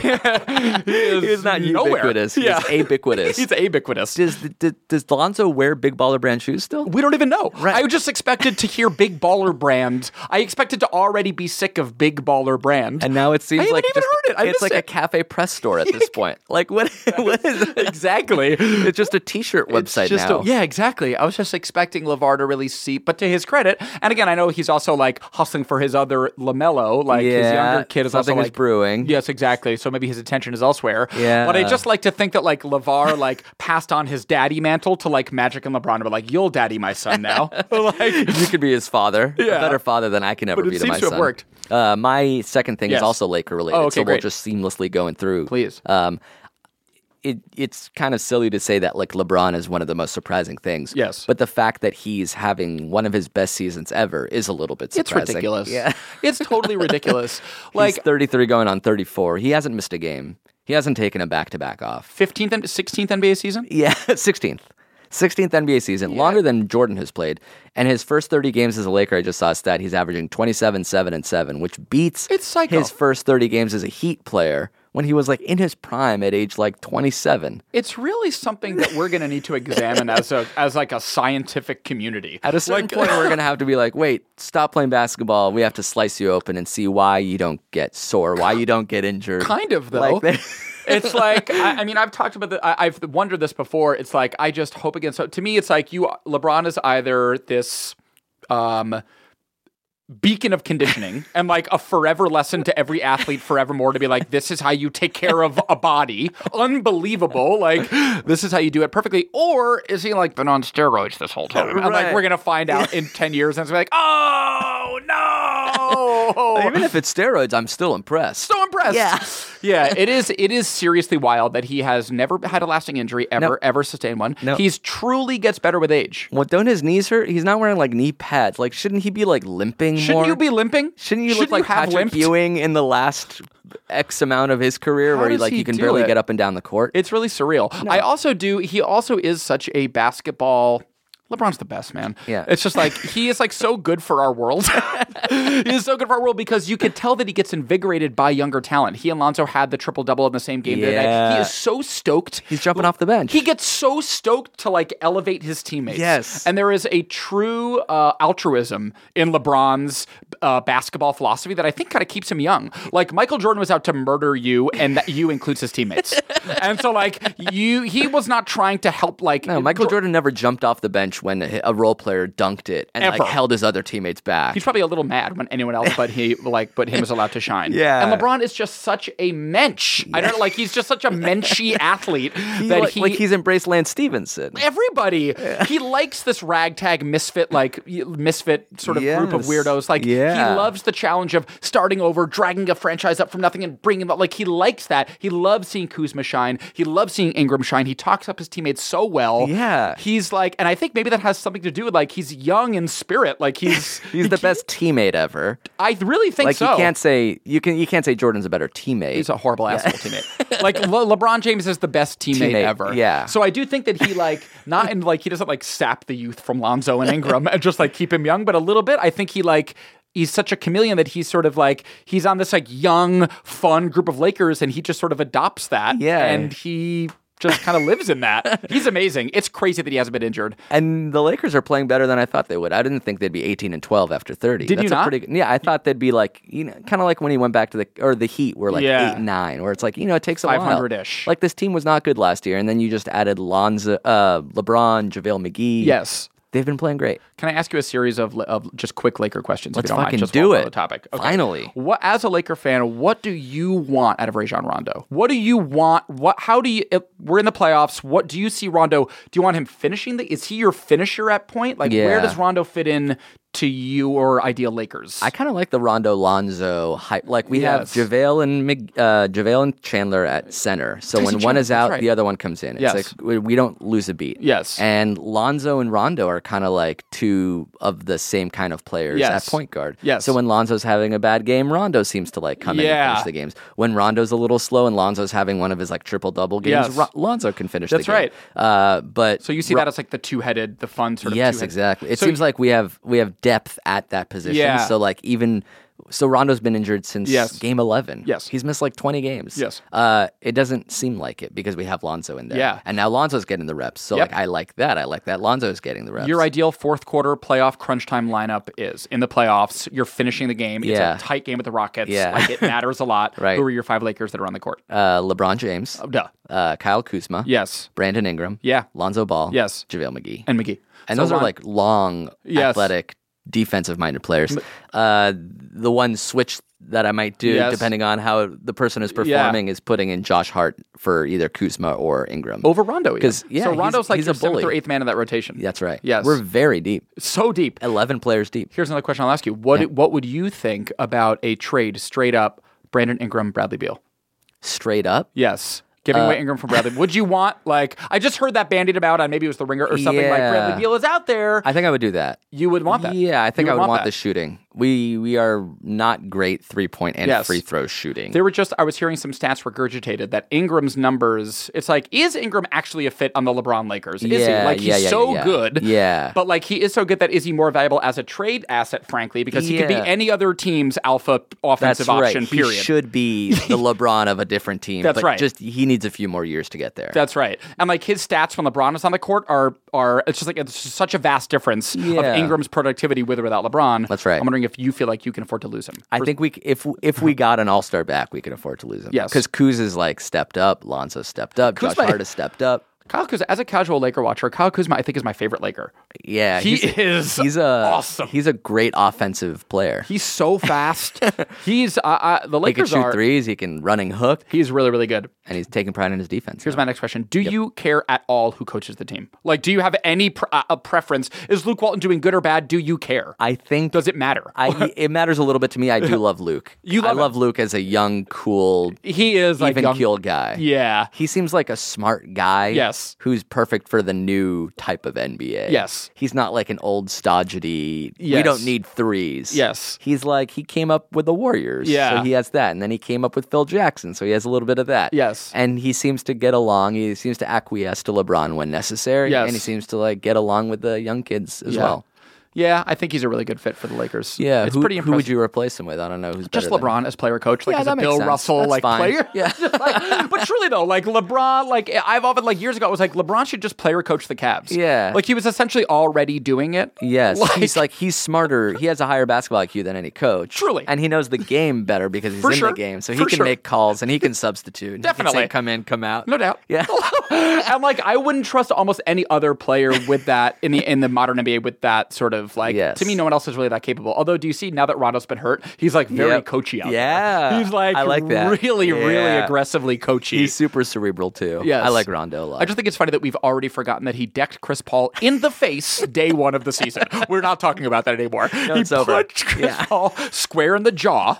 S4: he is
S2: He's not
S4: nowhere.
S2: ubiquitous. He's ubiquitous.
S4: He's ubiquitous.
S2: does, does does Lonzo wear big baller brand shoes still?
S4: We don't even know. I just expected to hear Big Baller Brand. I expected to already be sick of Big Baller Brand.
S2: And now it seems
S4: I haven't
S2: like
S4: even
S2: just-
S4: heard it. I
S2: it's
S4: missed
S2: like a
S4: it.
S2: cafe press store at this point. Like what? What is it?
S4: exactly.
S2: It's just a T-shirt
S4: It's
S2: website
S4: just a-
S2: now.
S4: yeah, exactly. I was just expecting Lavar to really see, but to his credit, and again, I know he's also like hustling for his other Lamelo, like his
S2: Yeah,
S4: younger kid is also
S2: something is
S4: like
S2: brewing.
S4: Yes, exactly. So maybe his attention is elsewhere.
S2: Yeah.
S4: But I just like to think that like Lavar like passed on his daddy mantle to like Magic and LeBron, but like you'll daddy my son now. like
S2: you could be his father, a
S4: Yeah.
S2: better father than I can ever
S4: But it
S2: be to
S4: seems
S2: my
S4: to have
S2: son.
S4: worked.
S2: Uh, my second thing
S4: Yes.
S2: is also Laker related,
S4: Oh,
S2: so
S4: okay,
S2: we'll
S4: great.
S2: just seamlessly going through.
S4: Please.
S2: Um, it it's kind of silly to say that like LeBron is one of the most surprising things.
S4: Yes.
S2: but the fact that he's having one of his best seasons ever is a little bit
S4: It's
S2: surprising.
S4: ridiculous.
S2: Yeah,
S4: It's totally ridiculous.
S2: like
S4: Like
S2: 33 going on 34. He hasn't missed a game. He hasn't taken a back to back off.
S4: 15th and 16th NBA season?
S2: Yeah, 16th. 16th NBA season, longer than Jordan has played. And his first 30 games as a Laker, I just saw a stat, he's averaging 27, 7, and 7, which beats
S4: It's psycho.
S2: his first 30 games as a Heat player when he was like in his prime at age like 27.
S4: It's really something that we're going to need to examine as a as like a scientific community.
S2: At a certain
S4: Like-
S2: point, we're going to have to be like, wait, stop playing basketball. We have to slice you open and see why you don't get sore, why you don't get injured.
S4: kind of though.
S2: Like, they-
S4: it's like I, I mean I've talked about the, I, I've wondered this before. It's like I just hope against hope. To me, it's like you LeBron is either this um, beacon of conditioning and like a forever lesson to every athlete forevermore to be like this is how you take care of a body unbelievable like this is how you do it perfectly or is he like been on steroids this whole time and like
S2: Right.
S4: we're gonna find out in 10 years and it's gonna be like oh no
S2: Even if it's steroids, I'm still impressed.
S4: so impressed. Yeah. yeah, it is it is seriously wild that he has never had a lasting injury ever, ever sustained one.
S2: No.
S4: He's truly gets better with age.
S2: Well, don't his knees hurt? He's not wearing like knee pads. Like, shouldn't he be like limping more?
S4: Shouldn't you be limping?
S2: Shouldn't you look like
S4: have
S2: Patrick
S4: limped?
S2: Ewing in the last X amount of his career,
S4: How
S2: where he
S4: does
S2: like
S4: he
S2: you can
S4: do
S2: barely
S4: it?
S2: get up and down the court?
S4: It's really surreal. I also do. He also is such a basketball. LeBron's the best man.
S2: Yeah.
S4: it's just like he is like so good for our world. he is so good for our world because you could tell that he gets invigorated by younger talent. He and Lonzo had the triple double in the same game. The other night.
S2: Yeah.
S4: he is so stoked.
S2: He's jumping off the bench.
S4: He gets so stoked to like elevate his teammates.
S2: Yes.
S4: and there is a true uh, altruism in LeBron's uh, basketball philosophy that I think kind of keeps him young. Like Michael Jordan was out to murder you, and that you includes his teammates. and so like you, he was not trying to help. Like
S2: no, Michael
S4: Jor-
S2: Jordan never jumped off the bench when a a role player dunked it and
S4: Ever.
S2: like held his other teammates back.
S4: He's probably a little mad when anyone else but he like but him is allowed to shine.
S2: Yeah.
S4: And LeBron is just such a mensch. I don't like he's just such a menschy athlete
S2: He,
S4: that
S2: like,
S4: he
S2: like, he's embraced Lance Stevenson.
S4: everybody. He likes this ragtag misfit, like y- misfit sort of group of
S2: Yes.
S4: weirdos. Like
S2: Yeah.
S4: he loves the challenge of starting over, dragging a franchise up from nothing, and bringing. Like he likes that. He loves seeing Kuzma shine. He loves seeing Ingram shine. He talks up his teammates so well.
S2: Yeah.
S4: he's like, and I think maybe that has something to do with like he's young in spirit. Like he's
S2: He's the best teammate ever.
S4: I really think
S2: Like
S4: so.
S2: you can't say you can you can't say Jordan's a better teammate.
S4: He's a horrible asshole teammate. Like Le- LeBron James is the best teammate,
S2: Teammate,
S4: ever.
S2: yeah.
S4: So I do think that he like not in like he doesn't like sap the youth from Lonzo and Ingram and just like keep him young, but a little bit. I think he like he's such a chameleon that he's sort of like he's on this like young, fun group of Lakers, and he just sort of adopts that.
S2: Yeah.
S4: and he. Just kind of lives in that. He's amazing. It's crazy that he hasn't been injured.
S2: And the Lakers are playing better than I thought they would. I didn't think they'd be 18 and 12 after 30.
S4: Did you
S2: That's a
S4: not?
S2: pretty good- yeah, I thought they'd be like, you know, kind of like when he went back to the or the Heat were like
S4: Yeah.
S2: 8 9 where it's like, you know, it takes a while.
S4: 500-ish.
S2: Like this team was not good last year and then you just added Lonzo uh LeBron, JaVale McGee.
S4: Yes.
S2: They've been playing great.
S4: Can I ask you a series of, of just quick Laker questions?
S2: Let's
S4: if you don't
S2: fucking
S4: mind, just
S2: do
S4: while we're on
S2: it.
S4: The topic.
S2: Finally.
S4: What as a Laker fan, what do you want out of Rajon Rondo? What do you want? What? How do you? If we're in the playoffs. What do you see Rondo? Do you want him finishing? The, is he your finisher at point? Like where
S2: Yeah.
S4: does Rondo fit in to your ideal Lakers?
S2: I kind of like the Rondo Lonzo hype. Like we
S4: Yes.
S2: have JaVale and Mig- uh, JaVale and Chandler at center. So
S4: Tracy
S2: when one
S4: Chandler,
S2: is out,
S4: that's right.
S2: the other one comes in. It's
S4: Yes.
S2: like we, we don't lose a beat.
S4: Yes.
S2: And Lonzo and Rondo are kind of like two of the same kind of players
S4: Yes.
S2: at point guard.
S4: Yes.
S2: So when Lonzo's having a bad game, Rondo seems to like come in
S4: Yeah.
S2: and finish the games. When Rondo's a little slow and Lonzo's having one of his like triple double games,
S4: Yes.
S2: Ro- Lonzo can finish
S4: That's
S2: the game.
S4: right.
S2: Uh, but
S4: so you see that as like the two headed, the fun sort of.
S2: yes
S4: two-headed-
S2: exactly it
S4: So
S2: seems like we have we have depth at that position
S4: Yeah.
S2: so like even so rondo's been injured since
S4: Yes.
S2: game 11
S4: Yes.
S2: he's missed like 20 games
S4: Yes.
S2: uh it doesn't seem like it because we have lonzo in there
S4: Yeah.
S2: and now lonzo's getting the reps so
S4: Yep.
S2: like i like that i like that lonzo's getting the reps
S4: Your ideal fourth quarter playoff crunch time lineup is in the playoffs. You're finishing the game.
S2: Yeah.
S4: It's a tight game with the Rockets.
S2: Yeah.
S4: Like it matters a lot.
S2: Right.
S4: Who are your five Lakers that are on the court?
S2: uh lebron james
S4: Duh.
S2: uh kyle kuzma
S4: Yes.
S2: brandon ingram
S4: Oh. Yeah.
S2: lonzo ball
S4: Yes.
S2: javale mcgee
S4: And McGee.
S2: And
S4: So
S2: those
S4: Ron-
S2: are like long,
S4: Yes.
S2: athletic, defensive minded players. Uh, the one switch that I might do,
S4: Yes.
S2: depending on how the person is performing, is putting in Josh Hart for either Kuzma or Ingram.
S4: over Rondo. even.
S2: 'Cause, yeah,
S4: so
S2: he's-
S4: Rondo's like
S2: he's a
S4: your seventh
S2: bully.
S4: or eighth man in that rotation.
S2: That's right.
S4: Yes.
S2: We're very deep.
S4: so deep.
S2: 11 players deep.
S4: Here's another question I'll ask you. What what would you think about a trade straight up Brandon Ingram, Bradley Beal?
S2: Straight up.
S4: Yes. Giving
S2: Uh,
S4: away Ingram for Bradley. Would you want like I just heard that bandied about on maybe it was the Ringer or something like
S2: Yeah.
S4: Bradley Beal is out there.
S2: I think I would do that.
S4: you would want that.
S2: Yeah, I think
S4: You
S2: I would want,
S4: that.
S2: the shooting. We we are not great three point and
S4: Yes.
S2: free throw shooting.
S4: There were just I was hearing some stats regurgitated that Ingram's numbers. It's like is Ingram actually a fit on the LeBron Lakers? Is
S2: Yeah,
S4: he like he's
S2: yeah, yeah,
S4: so
S2: yeah, yeah.
S4: good?
S2: Yeah.
S4: but like he is so good that is he more valuable as a trade asset? Frankly, because he could be
S2: Yeah.
S4: any other team's alpha offensive option.
S2: He
S4: Period.
S2: should be the LeBron of a different team.
S4: That's
S2: but
S4: right.
S2: Just he needs a few more years to get there.
S4: That's right. And like his stats when LeBron is on the court are are it's just like it's just such a vast difference of
S2: Yeah.
S4: Ingram's productivity with or without LeBron.
S2: That's right.
S4: I'm wondering if you feel like you can afford to lose him.
S2: I think we c- if if we got an All Star back, we could afford to lose him.
S4: Yes.
S2: because Kuz is like stepped up, Lonzo stepped up,
S4: Kuz
S2: Josh
S4: might-
S2: Hart has stepped up.
S4: Kyle Kuzma, as a casual Laker watcher, Kyle Kuzma I think is my favorite Laker.
S2: Yeah,
S4: He
S2: he's,
S4: is
S2: He's a
S4: awesome.
S2: He's a great offensive player.
S4: He's so fast. he's uh, uh, the
S2: he can
S4: Lakers
S2: shoot
S4: are.
S2: threes. He can running hook,
S4: He's really really good.
S2: and he's taking pride in his defense.
S4: Here's my next question: Do you care at all who coaches the team? Like, do you have any pr- uh, a preference? Is Luke Walton doing good or bad? Do you care?
S2: I think
S4: Does it matter?
S2: I, it matters a little bit to me. I do love Luke.
S4: You
S2: I
S4: love him.
S2: love Luke as a young, cool,
S4: he is like
S2: even
S4: young-
S2: keeled guy.
S4: Yeah.
S2: He seems like a smart guy.
S4: Yes.
S2: Who's perfect for the new type of NBA.
S4: Yes.
S2: He's not like an old stodgy, we
S4: Yes.
S2: don't need threes.
S4: Yes.
S2: He's like, he came up with the Warriors.
S4: Yeah.
S2: So he has that. And then he came up with Phil Jackson. So he has a little bit of that.
S4: Yes.
S2: And he seems to get along. He seems to acquiesce to LeBron when necessary.
S4: Yes.
S2: And he seems to like get along with the young kids as
S4: Yeah.
S2: well.
S4: Yeah, I think he's a really good fit for the Lakers.
S2: Yeah.
S4: it's
S2: who,
S4: pretty impressive.
S2: Who would you replace him with? I don't know who's
S4: just
S2: better than-
S4: LeBron as player coach, like
S2: Yeah,
S4: as
S2: that
S4: a
S2: makes
S4: Bill
S2: sense.
S4: Russell
S2: That's
S4: like
S2: fine.
S4: player.
S2: Yeah.
S4: Like, but truly though, like LeBron, like I've often like years ago, I was like LeBron should just player coach the Cavs.
S2: Yeah.
S4: like he was essentially already doing it.
S2: Yes,
S4: Like-
S2: he's like he's smarter. He has a higher basketball IQ than any coach.
S4: Truly.
S2: and he knows the game better because he's
S4: For
S2: in
S4: sure.
S2: the game, so he
S4: For
S2: can
S4: sure.
S2: make calls and he can substitute. and he can say,
S4: Definitely.
S2: come in, come out.
S4: No doubt.
S2: Yeah.
S4: and like I wouldn't trust almost any other player with that in the in the modern NBA with that sort of like
S2: Yes.
S4: to me no one else is really that capable. Although do you see now that Rondo's been hurt, he's like very
S2: Yep.
S4: coachy out
S2: Yeah.
S4: there. He's like
S2: I like that.
S4: really, really
S2: Yeah.
S4: aggressively coachy.
S2: He's super cerebral too.
S4: Yes.
S2: I like Rondo a lot.
S4: I just think it's funny that we've already forgotten that he decked Chris Paul in the face day one of the season. We're not talking about that anymore. he
S2: it's over.
S4: punched Chris
S2: Yeah.
S4: Paul square in the jaw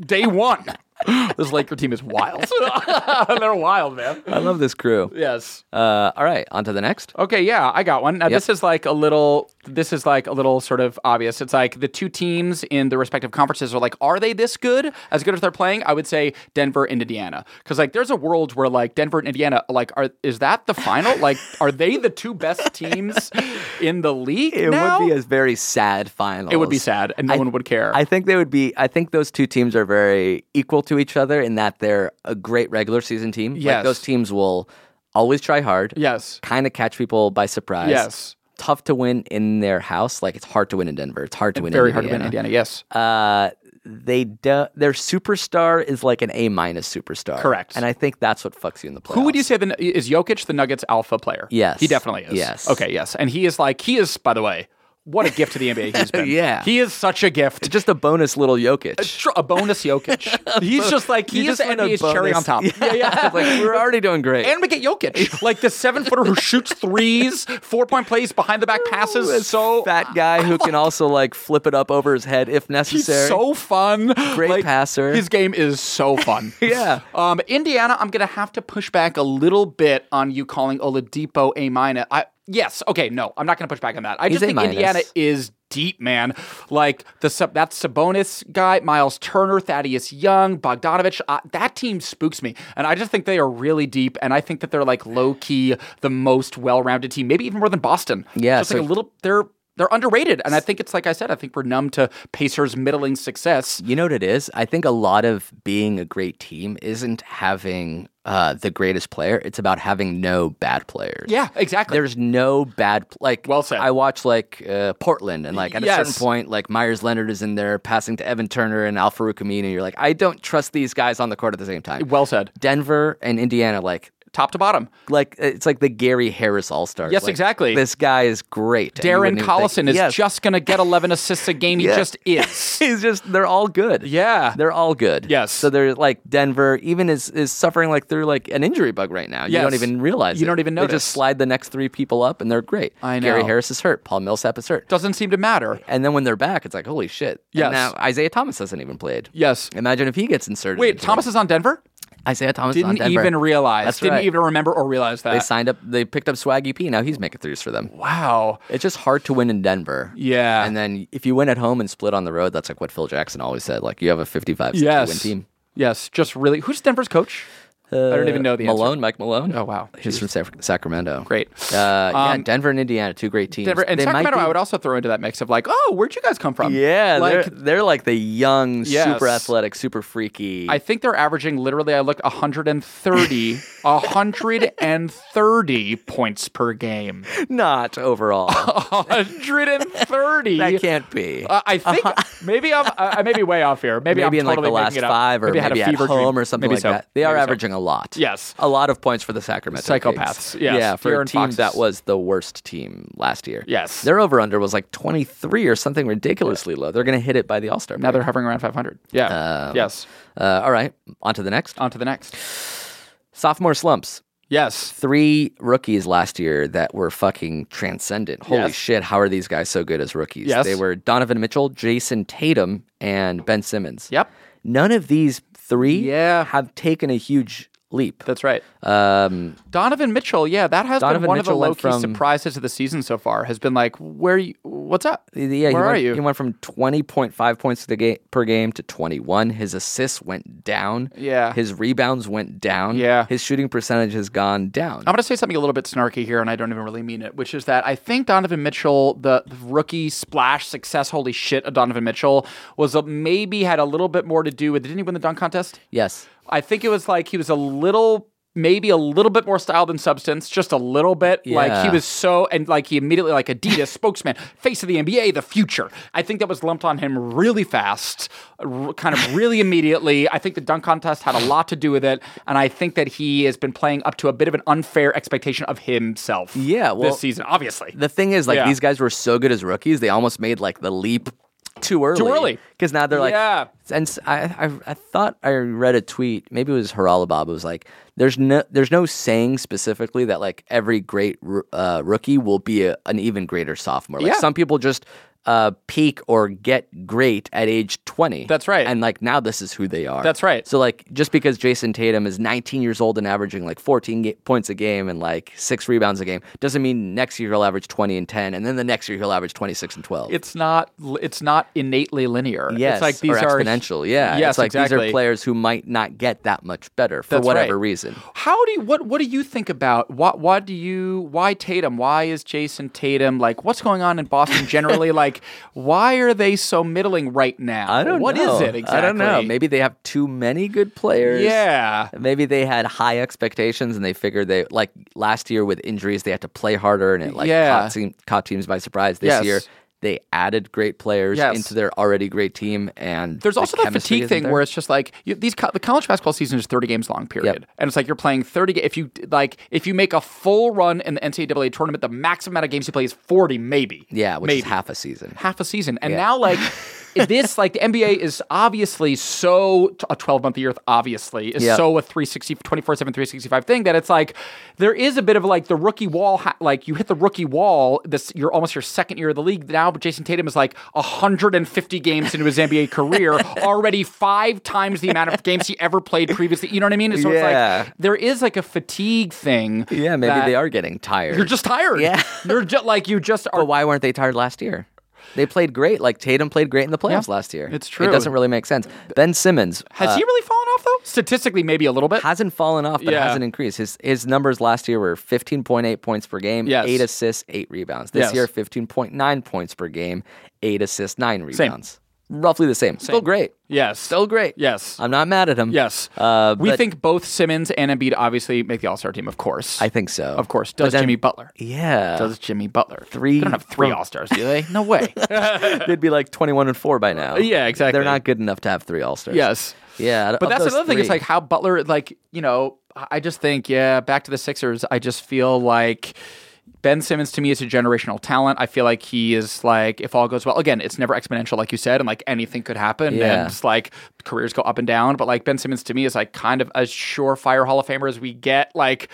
S4: day one. this Laker team is wild. They're wild, man.
S2: I love this crew.
S4: Yes.
S2: Uh, all right, on to the next.
S4: Okay, yeah, I got one. Now, this is like a little. This is like a little sort of obvious. It's like the two teams in their respective conferences are like, are they this good? As good as they're playing, I would say Denver and Indiana, because like there's a world where like Denver and Indiana, like, are is that the final? like, are they the two best teams in the league?
S2: It
S4: now?
S2: would be a very sad final.
S4: It would be sad, and no one would care.
S2: I think they would be. I think those two teams are very equal to each other in that they're a great regular season team.
S4: Yes.
S2: like those teams will always try hard.
S4: yes,
S2: kind of catch people by surprise.
S4: Yes.
S2: Tough to win in their house. Like it's hard to win in Denver. It's hard to win.
S4: very
S2: in
S4: hard to win
S2: Indiana.
S4: Indiana. Yes,
S2: Uh, they do, their superstar is like an A minus superstar.
S4: Correct.
S2: And I think that's what fucks you in the playoffs.
S4: Who would you say the, is Jokic the Nuggets alpha player?
S2: Yes.
S4: he definitely is.
S2: Yes.
S4: Okay. Yes, and he is like he is. By the way, what a gift to the NBA he's been.
S2: Yeah.
S4: he is such a gift.
S2: Just a bonus little Jokic.
S4: Tr- a bonus Jokic. he's just Uh, like
S2: You
S4: he is
S2: just
S4: the
S2: win a
S4: NBA's cherry
S2: bonus.
S4: on top. Yeah, yeah.
S2: like we're already doing great.
S4: And we get Jokic, like the seven footer who shoots threes, four point plays, behind the
S2: Oh,
S4: back passes.
S2: This
S4: so
S2: fat guy who can also like flip it up over his head if
S4: He's
S2: necessary.
S4: so fun.
S2: Great passer.
S4: His game is so fun.
S2: Yeah.
S4: Um, Indiana, I'm gonna have to push back a little bit on you calling Oladipo a minus. I yes, okay, no, I'm not gonna push back on that. I
S2: He's
S4: just
S2: A
S4: think
S2: minus.
S4: Indiana is deep, man. Like the sub that Sabonis guy, Miles Turner, Thaddeus Young, Bogdanovich. Uh, that team spooks me, and I just think they are really deep. And I think that they're like low key the most well rounded team, maybe even more than Boston.
S2: Yeah,
S4: just
S2: so-
S4: like a little. They're they're underrated, and I think it's like I said. I think we're numb to Pacers' middling success.
S2: You know what it is? I think a lot of being a great team isn't having uh, the greatest player. It's about having no bad players.
S4: Yeah, exactly.
S2: There's no bad like.
S4: Well said.
S2: I watch like uh, Portland, and like at a
S4: Yes.
S2: certain point, like Myers Leonard is in there passing to Evan Turner and Al Farouk Aminu. You're like, I don't trust these guys on the court at the same time.
S4: well said.
S2: Denver and Indiana, like.
S4: Top to bottom.
S2: Like it's like the Gary Harris All Stars.
S4: Yes, exactly.
S2: This guy is great. and you
S4: Darren
S2: wouldn't even
S4: Collison
S2: think-
S4: is
S2: Yes.
S4: just going to get 11 assists a game. He
S2: Yeah.
S4: just is.
S2: He's just they're all good.
S4: Yeah.
S2: They're all good.
S4: Yes.
S2: So they're like Denver even is is suffering like through like an injury bug right now. You don't
S4: Yes.
S2: even realize
S4: You
S2: it.
S4: don't even
S2: They
S4: notice.
S2: just slide the next three people up and they're great.
S4: I
S2: Gary
S4: know.
S2: Harris is hurt. Paul Millsap is hurt.
S4: Doesn't seem to matter.
S2: And then when they're back, it's like holy shit.
S4: Yes.
S2: And now Isaiah Thomas hasn't even played.
S4: Yes.
S2: Imagine if he gets inserted.
S4: Wait,
S2: into
S4: Thomas
S2: it.
S4: is on Denver?
S2: Isaiah Thomas is on
S4: Didn't
S2: Denver.
S4: even realize.
S2: That's
S4: didn't
S2: right.
S4: even remember or realize that.
S2: They signed up. They picked up Swaggy P. Now he's making threes for them.
S4: wow.
S2: It's just hard to win in Denver.
S4: Yeah.
S2: And then if you win at home and split on the road, that's like what Phil Jackson always said. Like you have a 55
S4: Yes.
S2: win team.
S4: Yes. Just really. Who's Denver's coach? I don't even know the answer.
S2: Malone, Mike Malone.
S4: Oh, wow.
S2: He's from Sa- Sacramento.
S4: Great.
S2: Uh, yeah,
S4: Um,
S2: Denver and Indiana, two great teams.
S4: Denver and
S2: They might
S4: Sacramento.
S2: be-
S4: I would also throw into that mix of like, oh, where'd you guys come from?
S2: Yeah,
S4: Like
S2: they're, they're like the young, super
S4: Yes.
S2: athletic, super freaky.
S4: I think they're averaging literally, I looked 130, 130 points per game.
S2: not overall.
S4: 130.
S2: that can't be.
S4: Uh, I think maybe I'm, I I may be way off here. Maybe,
S2: maybe
S4: I'm
S2: in like
S4: totally
S2: the last
S4: making it up.
S2: five or maybe,
S4: I had a fever
S2: at home
S4: dream.
S2: or something
S4: Maybe
S2: like
S4: so.
S2: that. They are
S4: Maybe so.
S2: averaging a lot.
S4: Yes.
S2: A lot of points for the Sacramento
S4: Psychopaths,
S2: Kings.
S4: yes.
S2: Yeah, for
S4: Fear
S2: a
S4: and
S2: team
S4: foxes.
S2: that was the worst team last year.
S4: Yes.
S2: Their over under was like 23 or something ridiculously low. They're going to hit it by the All Star.
S4: Now they're hovering around 500. Yeah. yes.
S2: Uh, all right. On to the next.
S4: On to the next.
S2: Sophomore slumps.
S4: Yes.
S2: Three rookies last year that were fucking transcendent. Holy
S4: Yes.
S2: shit. How are these guys so good as rookies?
S4: Yes.
S2: They were Donovan Mitchell, Jason Tatum, and Ben Simmons.
S4: Yep.
S2: None of these three
S4: Yeah.
S2: have taken a huge leap.
S4: That's right.
S2: Um,
S4: Donovan Mitchell, yeah, that has
S2: Donovan
S4: been one
S2: Mitchell
S4: of the low
S2: went
S4: key
S2: from-
S4: surprises of the season so far. Has been like, where you? What's up?
S2: yeah, he
S4: where are
S2: went,
S4: you?
S2: He went from 20.5 points to the ga- per game to 21. His assists went down.
S4: Yeah.
S2: His rebounds went down.
S4: Yeah.
S2: His shooting percentage has gone down.
S4: I'm going to say something a little bit snarky here, and I don't even really mean it, which is that I think Donovan Mitchell, the the rookie splash success, holy shit, of Donovan Mitchell, was a, maybe had a little bit more to do with. Didn't he win the dunk contest?
S2: yes.
S4: I think it was like he was a little, maybe a little bit more style than substance, just a little bit. Like he
S2: Yeah.
S4: was so, and like he immediately, like Adidas spokesman, face of the NBA, the future. I think that was lumped on him really fast, r- kind of really immediately. I think the dunk contest had a lot to do with it, and I think that he has been playing up to a bit of an unfair expectation of himself.
S2: Yeah, well-
S4: this season, obviously.
S2: The thing is, like,
S4: Yeah.
S2: these guys were so good as rookies, they almost made like the leap too early.
S4: early.
S2: Because now they're like,
S4: Yeah.
S2: And s- I, I- I thought I read a tweet. Maybe it was Haralabab. It was like, there's no, there's no saying specifically that like every great ro- uh, rookie will be a, an even greater sophomore. Like
S4: Yeah.
S2: some people just uh, peak or get great at age 20.
S4: That's right.
S2: And like now this is who they are.
S4: That's right.
S2: So like just because Jason Tatum is 19 years old and averaging like 14 ga- points a game and like six rebounds a game doesn't mean next year he'll average 20 and 10 and then the next year he'll average 26 and 12.
S4: it's not. It's not innately linear.
S2: Yes,
S4: it's like these
S2: or
S4: are
S2: exponential. Yeah,
S4: Yes,
S2: it's like
S4: exactly.
S2: these are players who might not get that much better for
S4: That's
S2: whatever
S4: right.
S2: reason.
S4: How do you, what what do you think about what what do you why Tatum why is Jason Tatum like what's going on in Boston generally like why are they so middling right now
S2: I don't
S4: What is
S2: know.
S4: it exactly
S2: I don't know. Maybe they have too many good players.
S4: yeah
S2: Maybe they had high expectations and they figured they like last year with injuries they had to play harder and it like
S4: Yeah.
S2: caught, team, caught teams by surprise. This
S4: Yes.
S2: year they added great players
S4: Yes.
S2: into their already great team and
S4: There's
S2: the
S4: also that
S2: chemistry
S4: fatigue
S2: isn't
S4: thing
S2: there.
S4: where it's just like you, these co- the college basketball season is 30 games long period,
S2: Yep.
S4: and it's like you're playing 30. ga- If you like, if you make a full run in the NCAA tournament, the maximum amount of games you play is 40, maybe.
S2: yeah, which
S4: maybe.
S2: is half a season.
S4: half a season. And now, like, this, like, the NBA is obviously so t- a 12 month year, obviously, is
S2: Yeah.
S4: so a 360, 24 7, 365 thing that it's like there is a bit of like the rookie wall, ha- like, you hit the rookie wall, this you're almost your second year of the league now, but Jason Tatum is like 150 games into his NBA career, already five times the amount of games he ever played previously. You know what I mean? So
S2: Yeah.
S4: it's like there is like a fatigue thing.
S2: Yeah, maybe
S4: that
S2: they are getting tired.
S4: You're just tired.
S2: Yeah.
S4: You're just like, you just are
S2: But why weren't they tired last year? They played great. Like Tatum played great in the playoffs last year.
S4: it's
S2: It
S4: true.
S2: doesn't really make sense. Ben Simmons uh,
S4: Has he really fallen off though? Statistically, maybe a little bit.
S2: hasn't fallen off, but
S4: Yeah.
S2: hasn't increased. His his numbers last year were 15.8 points per game,
S4: Yes.
S2: eight assists, eight rebounds. This
S4: Yes.
S2: year, 15.9 points per game, eight assists, nine rebounds. Roughly the same. Still great.
S4: yes.
S2: Still great.
S4: Yes.
S2: I'm not mad at him.
S4: yes.
S2: Uh,
S4: we
S2: but
S4: think both Simmons and Embiid obviously make the All Star team, of course.
S2: I think so.
S4: of course. Does
S2: then-
S4: Jimmy Butler?
S2: Yeah.
S4: Does Jimmy Butler?
S2: Three-
S4: They don't have three All Stars, do they? No way.
S2: They'd be like 21 and 4 by now.
S4: Yeah, exactly.
S2: They're not good enough to have three All-Stars.
S4: yes.
S2: Yeah.
S4: But
S2: of
S4: that's
S2: those
S4: another thing. It's
S2: three-
S4: like how Butler, like you know, I I just think, yeah, back to the Sixers. I just feel like. Ben Simmons to me is a generational talent. I feel like he is like, if all goes well, again, it's never exponential, like you said, and like anything could happen.
S2: Yeah.
S4: And it's like careers go up and down. But like Ben Simmons to me is like kind of a surefire Hall of Famer as we get. Like,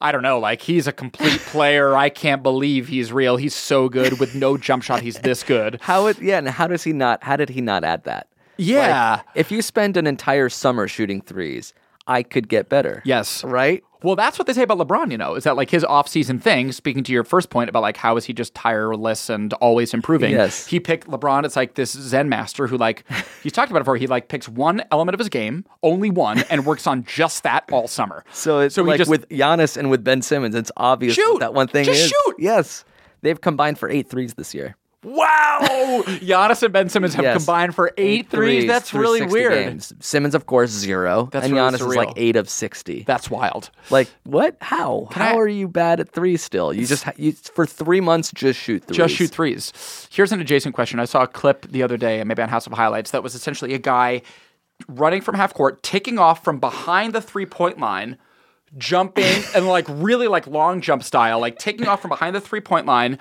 S4: I don't know, like he's a complete player. I can't believe he's real. He's so good with no jump shot. He's this good.
S2: How it yeah, and how does he not how did he not add that?
S4: Yeah.
S2: If you spend an entire summer shooting threes, I could get better.
S4: Yes.
S2: Right?
S4: Well, that's what they say about LeBron, you know, is that like his offseason thing, speaking to your first point about like how is he just tireless and always improving.
S2: Yes.
S4: He picked LeBron, it's like this Zen master who like he's talked about it before, he like picks one element of his game, only one, and works on just that all summer.
S2: So it's
S4: he
S2: like with Giannis and with Ben Simmons, it's obvious
S4: Shoot!
S2: what that one thing
S4: Just
S2: is.
S4: shoot!
S2: Yes. They've combined for eight threes this year.
S4: Wow. Giannis and Ben Simmons have
S2: Yes.
S4: combined for eight threes. That's
S2: through
S4: really
S2: 60
S4: weird.
S2: games. Simmons, of course, zero.
S4: That's
S2: and
S4: really
S2: Giannis is like
S4: surreal.
S2: eight of 60.
S4: That's wild.
S2: like, what? How? How
S4: I-
S2: are you bad at three still? You just, ha- you, for three months, just shoot threes.
S4: Just shoot threes. Here's an adjacent question. I saw a clip the other day, maybe on House of Highlights, that was essentially a guy running from half court, taking off from behind the three point line, jumping and like really like long jump style, like taking off from behind the three point line.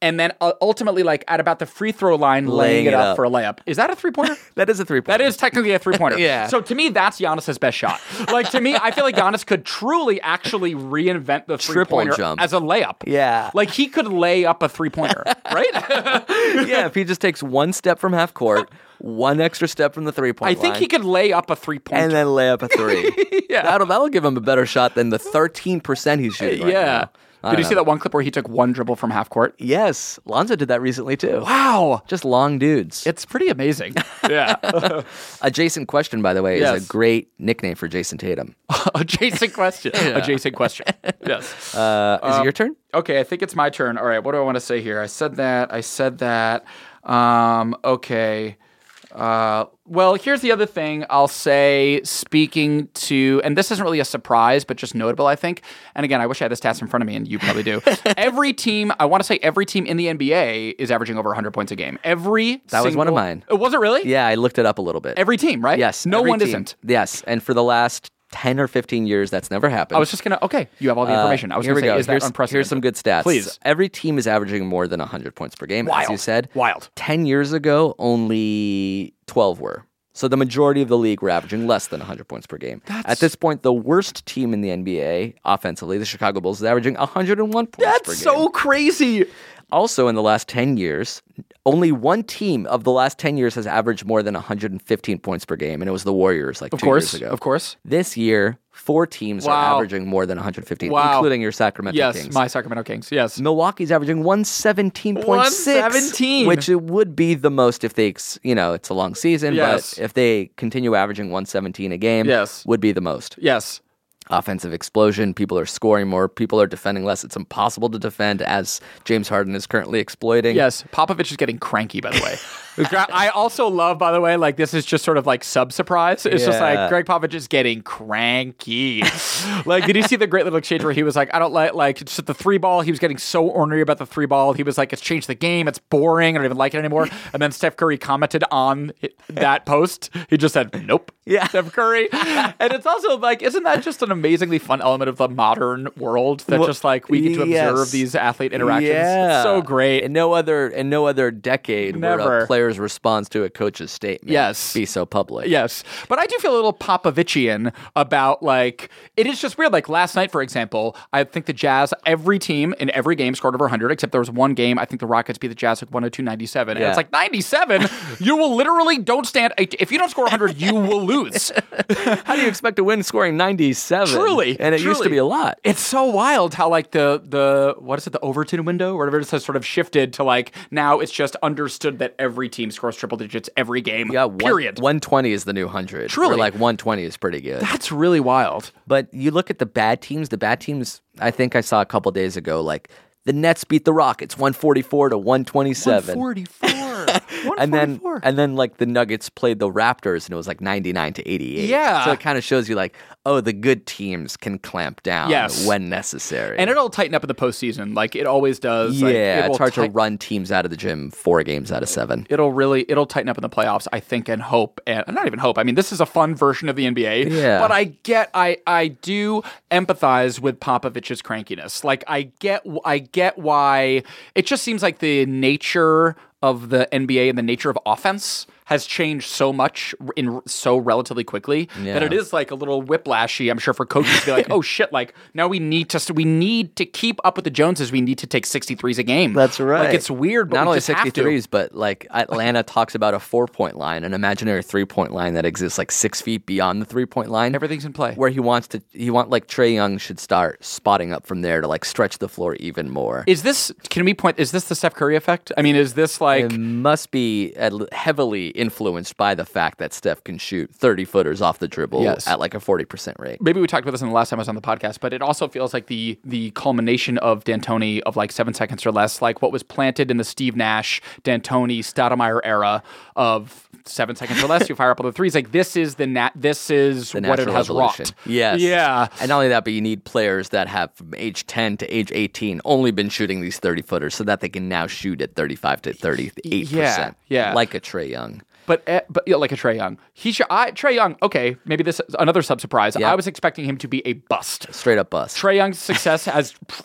S4: And then uh, ultimately, like at about the free throw line, laying,
S2: Laying
S4: it
S2: it
S4: up,
S2: up.
S4: for a layup. Is that a three pointer?
S2: That is a three
S4: That is technically a three pointer.
S2: Yeah.
S4: So to me, that's Giannis's best shot. Like to me, I feel like Giannis could truly actually reinvent the three pointer
S2: jump.
S4: as a layup.
S2: Yeah.
S4: Like he could lay up a three pointer, right?
S2: yeah, if he just takes one step from half court, one extra step from the three point
S4: I
S2: line.
S4: think he could lay up a three pointer.
S2: and then lay up a three. yeah. That'll that'll give him a better shot than the thirteen percent he's shooting. right
S4: yeah.
S2: now. I
S4: Did you
S2: don't
S4: see
S2: know.
S4: that one clip where he took one dribble from half court?
S2: Yes, Lonzo did that recently too.
S4: Wow.
S2: Just long dudes.
S4: It's pretty amazing. Yeah.
S2: Adjacent question, by the way,
S4: Yes.
S2: is a great nickname for Jason Tatum.
S4: Adjacent question. Adjacent question. Yes.
S2: Uh, is it your turn?
S4: Okay, I think it's my turn. All right, what do I want to say here? I said that. I said that. Um, okay. Uh, well, here's the other thing I'll say. Speaking to, and this isn't really a surprise, but just notable, I think. And again, I wish I had the stats in front of me, and you probably do. every team, I want to say, every team in the NBA is averaging over 100 points a game. Every
S2: That was one of
S4: single-
S2: mine.
S4: It was it really?
S2: Yeah, I looked it up a little bit.
S4: Every team, right?
S2: yes,
S4: No
S2: every
S4: one
S2: team.
S4: isn't.
S2: Yes, and for the last ten or fifteen years, that's never happened.
S4: I was just gonna. Okay, you have all the
S2: Uh,
S4: information. I was
S2: here we
S4: gonna say,
S2: go.
S4: is
S2: here's,
S4: that unprecedented?
S2: Here's some good stats.
S4: Please.
S2: Every team is averaging more than 100 points per game, as you
S4: Wild.
S2: said.
S4: Wild.
S2: 10 years ago, only 12 were. So the majority of the league were averaging less than 100 points per game. At this point, the worst team in the NBA offensively, the Chicago Bulls, is averaging 101 points per
S4: That's
S2: game.
S4: so crazy.
S2: Also, in the last 10 years, only one team of the last 10 years has averaged more than 115 points per game, and it was the Warriors like
S4: Of
S2: two
S4: course,
S2: years ago.
S4: of course.
S2: This year, four teams
S4: Wow.
S2: are averaging more than 115,
S4: Wow.
S2: including your Sacramento
S4: Yes,
S2: Kings.
S4: my Sacramento Kings. Yes.
S2: Milwaukee's averaging 117.6,
S4: 117.
S2: which it would be the most if they, ex- you know, it's a long season,
S4: Yes.
S2: but if they continue averaging 117 a game,
S4: Yes.
S2: would be the most.
S4: Yes.
S2: Offensive explosion, people are scoring more, people are defending less. It's impossible to defend as James Harden is currently exploiting.
S4: Yes. Popovich is getting cranky, by the way. I also love, by the way, like this is just sort of like sub surprise. It's just like
S2: Yeah.
S4: Greg Popovich is getting cranky. like, did you see the great little exchange where he was like, I don't like, like, it's just the three ball. He was getting so ornery about the three ball. He was like, it's changed the game. It's boring. I don't even like it anymore. And then Steph Curry commented on it- that post. He just said, nope.
S2: Yeah.
S4: Steph Curry. and it's also like, isn't that just an amazingly fun element of the modern world that
S2: Well,
S4: just like we get to observe
S2: yes.
S4: these athlete interactions?
S2: Yeah.
S4: It's so great.
S2: And no other and no other decade where
S4: Never.
S2: a player's response to a coach's statement
S4: Yes.
S2: be so public.
S4: Yes, but I do feel a little Popovichian about like it is just weird. Like last night, for example, I think the Jazz, every team in every game scored over 100, except there was one game. I think the Rockets beat the Jazz like 102 97. And
S2: Yeah.
S4: it's like 97, you will literally don't stand. If you don't score 100, you will lose.
S2: How do you expect to win scoring 97?
S4: Truly,
S2: And it used
S4: truly.
S2: to be a lot.
S4: It's so wild how like the the what is it the Overton window or whatever it is has sort of shifted to like now it's just understood that every team scores triple digits every game.
S2: Yeah, one,
S4: period.
S2: 120 is the new 100.
S4: Truly.
S2: Or like 120 is pretty good.
S4: That's really wild.
S2: But you look at the bad teams, the bad teams, I think I saw a couple days ago, like the Nets beat the Rockets 144 to 127.
S4: 144.
S2: And then,
S4: 144.
S2: and then, like the Nuggets played the Raptors, and it was like ninety nine to eighty eight.
S4: Yeah.
S2: so it kind of shows you, like, oh, the good teams can clamp down
S4: Yes.
S2: when necessary.
S4: And it'll tighten up in the postseason, like it always does. Like,
S2: yeah,
S4: it will
S2: it's hard to
S4: tight-
S2: run teams out of the gym four games out of seven.
S4: It'll really it'll tighten up in the playoffs, I think, and hope and not even hope. I mean, this is a fun version of the NBA.
S2: Yeah.
S4: But I get I I do empathize with Popovich's crankiness. Like I get I get why it just seems like the nature of the NBA and the nature of offense has changed so much r- in r- so relatively quickly that
S2: Yeah.
S4: it is like a little whiplashy. I'm sure for coaches to be like, oh shit, like now we need to we need to keep up with the Joneses. We need to take 63s a game.
S2: That's right.
S4: Like it's weird, but
S2: Not
S4: we
S2: only
S4: just have to.
S2: 63s, but like Atlanta talks about a four point line, an imaginary three point line that exists like six feet beyond the three point line.
S4: Everything's in play.
S2: Where he wants to, he want like Trey Young should start spotting up from there to like stretch the floor even more.
S4: Is this? Can we point? Is this the Steph Curry effect? I mean, is this like?
S2: It must be at l- heavily influenced by the fact that Steph can shoot 30 footers off the dribble
S4: Yes.
S2: at like a 40% rate.
S4: maybe we talked about this in the last time I was on the podcast, but it also feels like the the culmination of D'Antoni of like seven seconds or less, like what was planted in the Steve Nash, D'Antoni, Stoudemire era of seven seconds or less. you fire up all the threes. Like this is the nat. This is
S2: The
S4: what it
S2: natural
S4: has
S2: evolution.
S4: wrought.
S2: Yes.
S4: Yeah.
S2: And not only that, but you need players that have from age 10 to age 18 only been shooting these 30 footers so that they can now shoot at 35 to 38%.
S4: yeah.
S2: Like a Trey Young.
S4: But eh, but yeah, like a Trey Young, he should. I Trey Young. Okay, maybe this is another sub surprise.
S2: Yeah.
S4: I was expecting him to be a bust.
S2: Straight up bust.
S4: Trey Young's success has tr-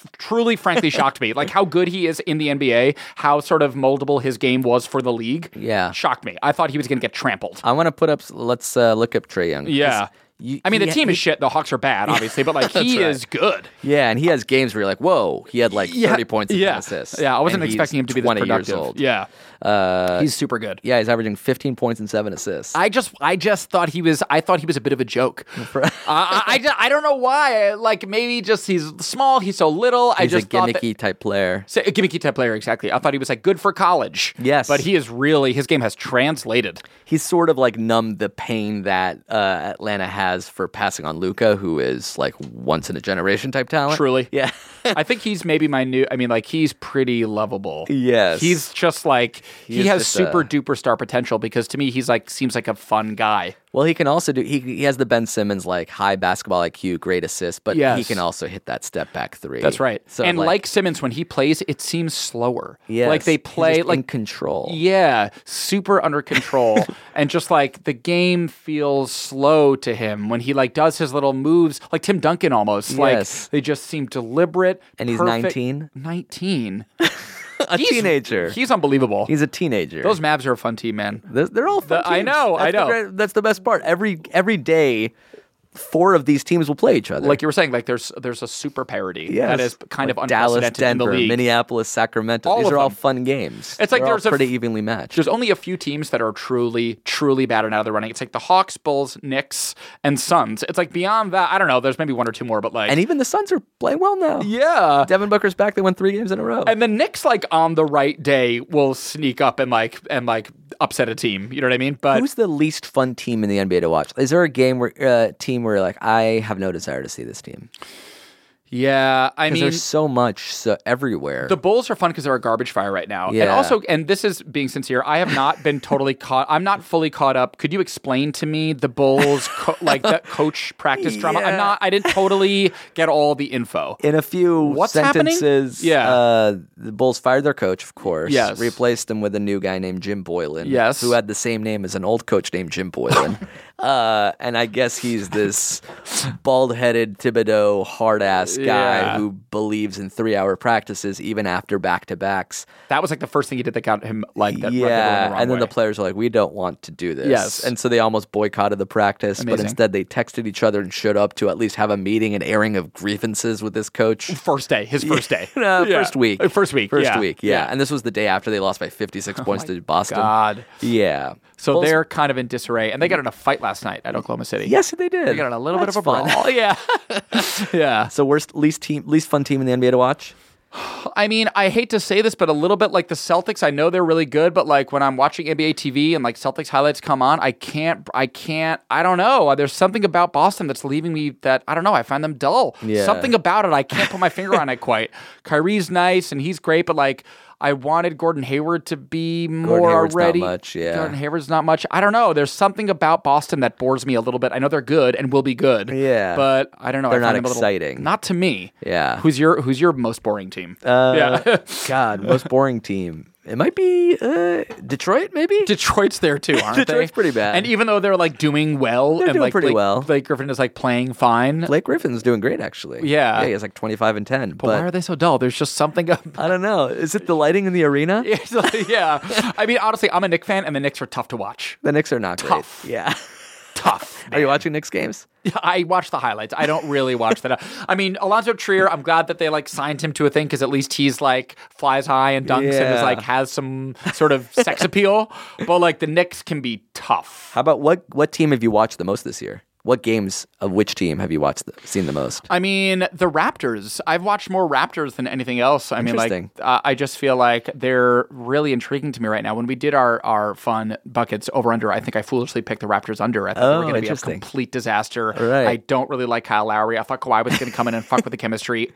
S4: truly, frankly, shocked me. Like how good he is in the NBA, how sort of moldable his game was for the league.
S2: Yeah.
S4: shocked me. I thought he was going to get trampled.
S2: I want to put up, let's uh, look up Trey Young. 'cause
S4: Yeah.
S2: you-
S4: I mean, the
S2: he-
S4: team is shit. The Hawks are bad, obviously, but like he
S2: right.
S4: is good.
S2: Yeah, and he has games where you're like, whoa, he had like 30 points and 10
S4: yeah.
S2: assists.
S4: Yeah, I wasn't
S2: and he's
S4: expecting him to be this
S2: 20
S4: productive.
S2: years old. Uh,
S4: Yeah, he's super good.
S2: Yeah, he's averaging 15 points and seven assists.
S4: I just, I just thought he was. I thought he was a bit of a joke. I, I, I ju- I don't know why. Like maybe just he's small. He's so little. I
S2: he's a
S4: just thought that-
S2: gimmicky type player.
S4: So, a gimmicky type player, exactly. I thought he was like good for college.
S2: Yes.
S4: but he is really his game has translated.
S2: He's sort of like numbed the pain that uh, Atlanta has for passing on Luca, who is like once in a generation type talent.
S4: Truly.
S2: yeah.
S4: I think he's maybe my new. I mean, like he's pretty lovable.
S2: Yes.
S4: he's just like he,
S2: is
S4: has
S2: just
S4: super
S2: a-
S4: duper star potential because to me he's like seems like a fun guy.
S2: Well, he can also do. He, he has the Ben Simmons like high basketball IQ, great assist, but he
S4: Yes.
S2: can also hit that step back three.
S4: That's right.
S2: So
S4: and like, Simmons, when he plays, it seems slower.
S2: yes,
S4: like they
S2: he's
S4: play
S2: just
S4: like
S2: in control.
S4: Yeah, super under control, and just like the game feels slow to him when he like does his little moves, like Tim Duncan almost.
S2: Yes.
S4: Like they just seem deliberate.
S2: And he's
S4: perfect-
S2: 19?
S4: Nineteen,
S2: a
S4: He's-
S2: teenager.
S4: He's unbelievable.
S2: He's a teenager.
S4: Those Mavs are a fun team, man.
S2: They're, they're all fun
S4: The- I
S2: teams.
S4: know,
S2: That's
S4: I
S2: the
S4: know.
S2: great- that's the best part. Every every day, four of these teams will play each other.
S4: Like you were saying, like there's there's a super parody
S2: Yes.
S4: that is kind of
S2: Like
S4: unprecedented
S2: Dallas, Denver,
S4: in the league.
S2: Minneapolis, Sacramento.
S4: All
S2: These
S4: of
S2: are all
S4: them.
S2: fun games.
S4: It's like
S2: They're all
S4: there's a f-
S2: pretty evenly matched.
S4: There's only a few teams that are truly, truly bad and out of the running. It's like the Hawks, Bulls, Knicks, and Suns. It's like beyond that, I don't know. There's maybe one or two more, but like
S2: and even the Suns are playing well now.
S4: yeah.
S2: Devin Booker's back. They won three games in a row.
S4: And the Knicks, like on the right day, will sneak up and like and like upset a team. You know what I mean? But
S2: Who's the least fun team in the NBA to watch? Is there a game where uh, team where you're like I have no desire to see this team
S4: yeah, I
S2: because
S4: mean,
S2: there's so much so everywhere.
S4: the Bulls are fun because they're a garbage fire right now. And
S2: Yeah.
S4: also, and this is being sincere, I have not been totally caught. I'm not fully caught up. Could you explain to me the Bulls, co- like the coach practice drama? I'm
S2: Yeah.
S4: not. I didn't totally get all the info.
S2: in a few
S4: What's happening?
S2: sentences,
S4: Yeah.
S2: uh, the Bulls fired their coach, of course.
S4: Yes.
S2: Replaced him with a new guy named Jim Boylan.
S4: Yes.
S2: Who had the same name as an old coach named Jim Boylan. uh, and I guess he's this bald headed Thibodeau hard ass guy
S4: Yeah.
S2: who believes in three hour practices even after back to backs.
S4: That was like the first thing he did that got him like that. rubbed everyone
S2: Yeah.
S4: wrong
S2: and then
S4: way.
S2: the players are like, we don't want to do this.
S4: Yes.
S2: And so they almost boycotted the practice, but
S4: Amazing.
S2: instead they texted each other and showed up to at least have a meeting and airing of grievances with this coach.
S4: first day, his first day,
S2: No,
S4: Yeah.
S2: first week.
S4: Uh, first week,
S2: First
S4: yeah.
S2: week, yeah. And this was the day after they lost by 56 points to Boston.
S4: God.
S2: Yeah.
S4: So
S2: Bulls-
S4: they're kind of in disarray, and they got in a fight last night at Oklahoma City.
S2: Yes, they did.
S4: they got in a little
S2: That's
S4: bit of a brawl.
S2: fun.
S4: yeah, yeah.
S2: So worst least team least fun team in the NBA to watch?
S4: I mean, I hate to say this, but a little bit like the Celtics. I know they're really good, but like when I'm watching NBA TV and like Celtics highlights come on, I can't, I can't, I don't know. Uh, There's something about Boston that's leaving me that I don't know. I find them dull.
S2: Yeah.
S4: Something about it. I can't put my finger on it quite. Kyrie's nice and he's great, but like I wanted Gordon Hayward to be more
S2: Hayward's not
S4: already.
S2: much, yeah.
S4: Gordon Hayward's not much. I don't know. There's something about Boston that bores me a little bit. I know they're good and will be good.
S2: Yeah.
S4: but I don't know.
S2: They're
S4: I
S2: not
S4: find them a little-
S2: exciting.
S4: not to me.
S2: Yeah.
S4: Who's your Who's your most boring team?
S2: Uh,
S4: yeah.
S2: God, most boring team. It might be uh, Detroit, maybe.
S4: Detroit's there too, aren't they?
S2: Detroit's pretty bad.
S4: And even though they're like doing well, and
S2: doing
S4: like
S2: pretty
S4: Blake,
S2: well.
S4: Blake Griffin is like playing fine.
S2: Blake Griffin's doing great, actually.
S4: Yeah.
S2: yeah, he has like twenty five and ten.
S4: but why are they so dull? There's just something. Up.
S2: I don't know. Is it the lighting in the arena?
S4: It's like, yeah, I mean, honestly, I'm a Knicks fan, and the Knicks are tough to watch.
S2: The Knicks are not
S4: Tough.
S2: great. Yeah.
S4: Tough.
S2: Are you watching Knicks games?
S4: I watch the highlights. I don't really watch that. I mean, Alonzo Trier. I'm glad that they like signed him to a thing because at least he's like flies high and dunks and is
S2: Yeah.
S4: like has some sort of sex appeal. But like the Knicks can be tough.
S2: How about what what team have you watched the most this year? What games of which team have you watched the, seen the most?
S4: I mean, the Raptors. I've watched more Raptors than anything else. I mean, like,
S2: Interesting.
S4: uh, I just feel like they're really intriguing to me right now. When we did our, our fun buckets over under, I think I foolishly picked the Raptors under. I thought they were
S2: Oh,
S4: going to be a
S2: interesting.
S4: complete disaster.
S2: right.
S4: I don't really like Kyle Lowry. I thought Kawhi was going to come in and fuck with the chemistry.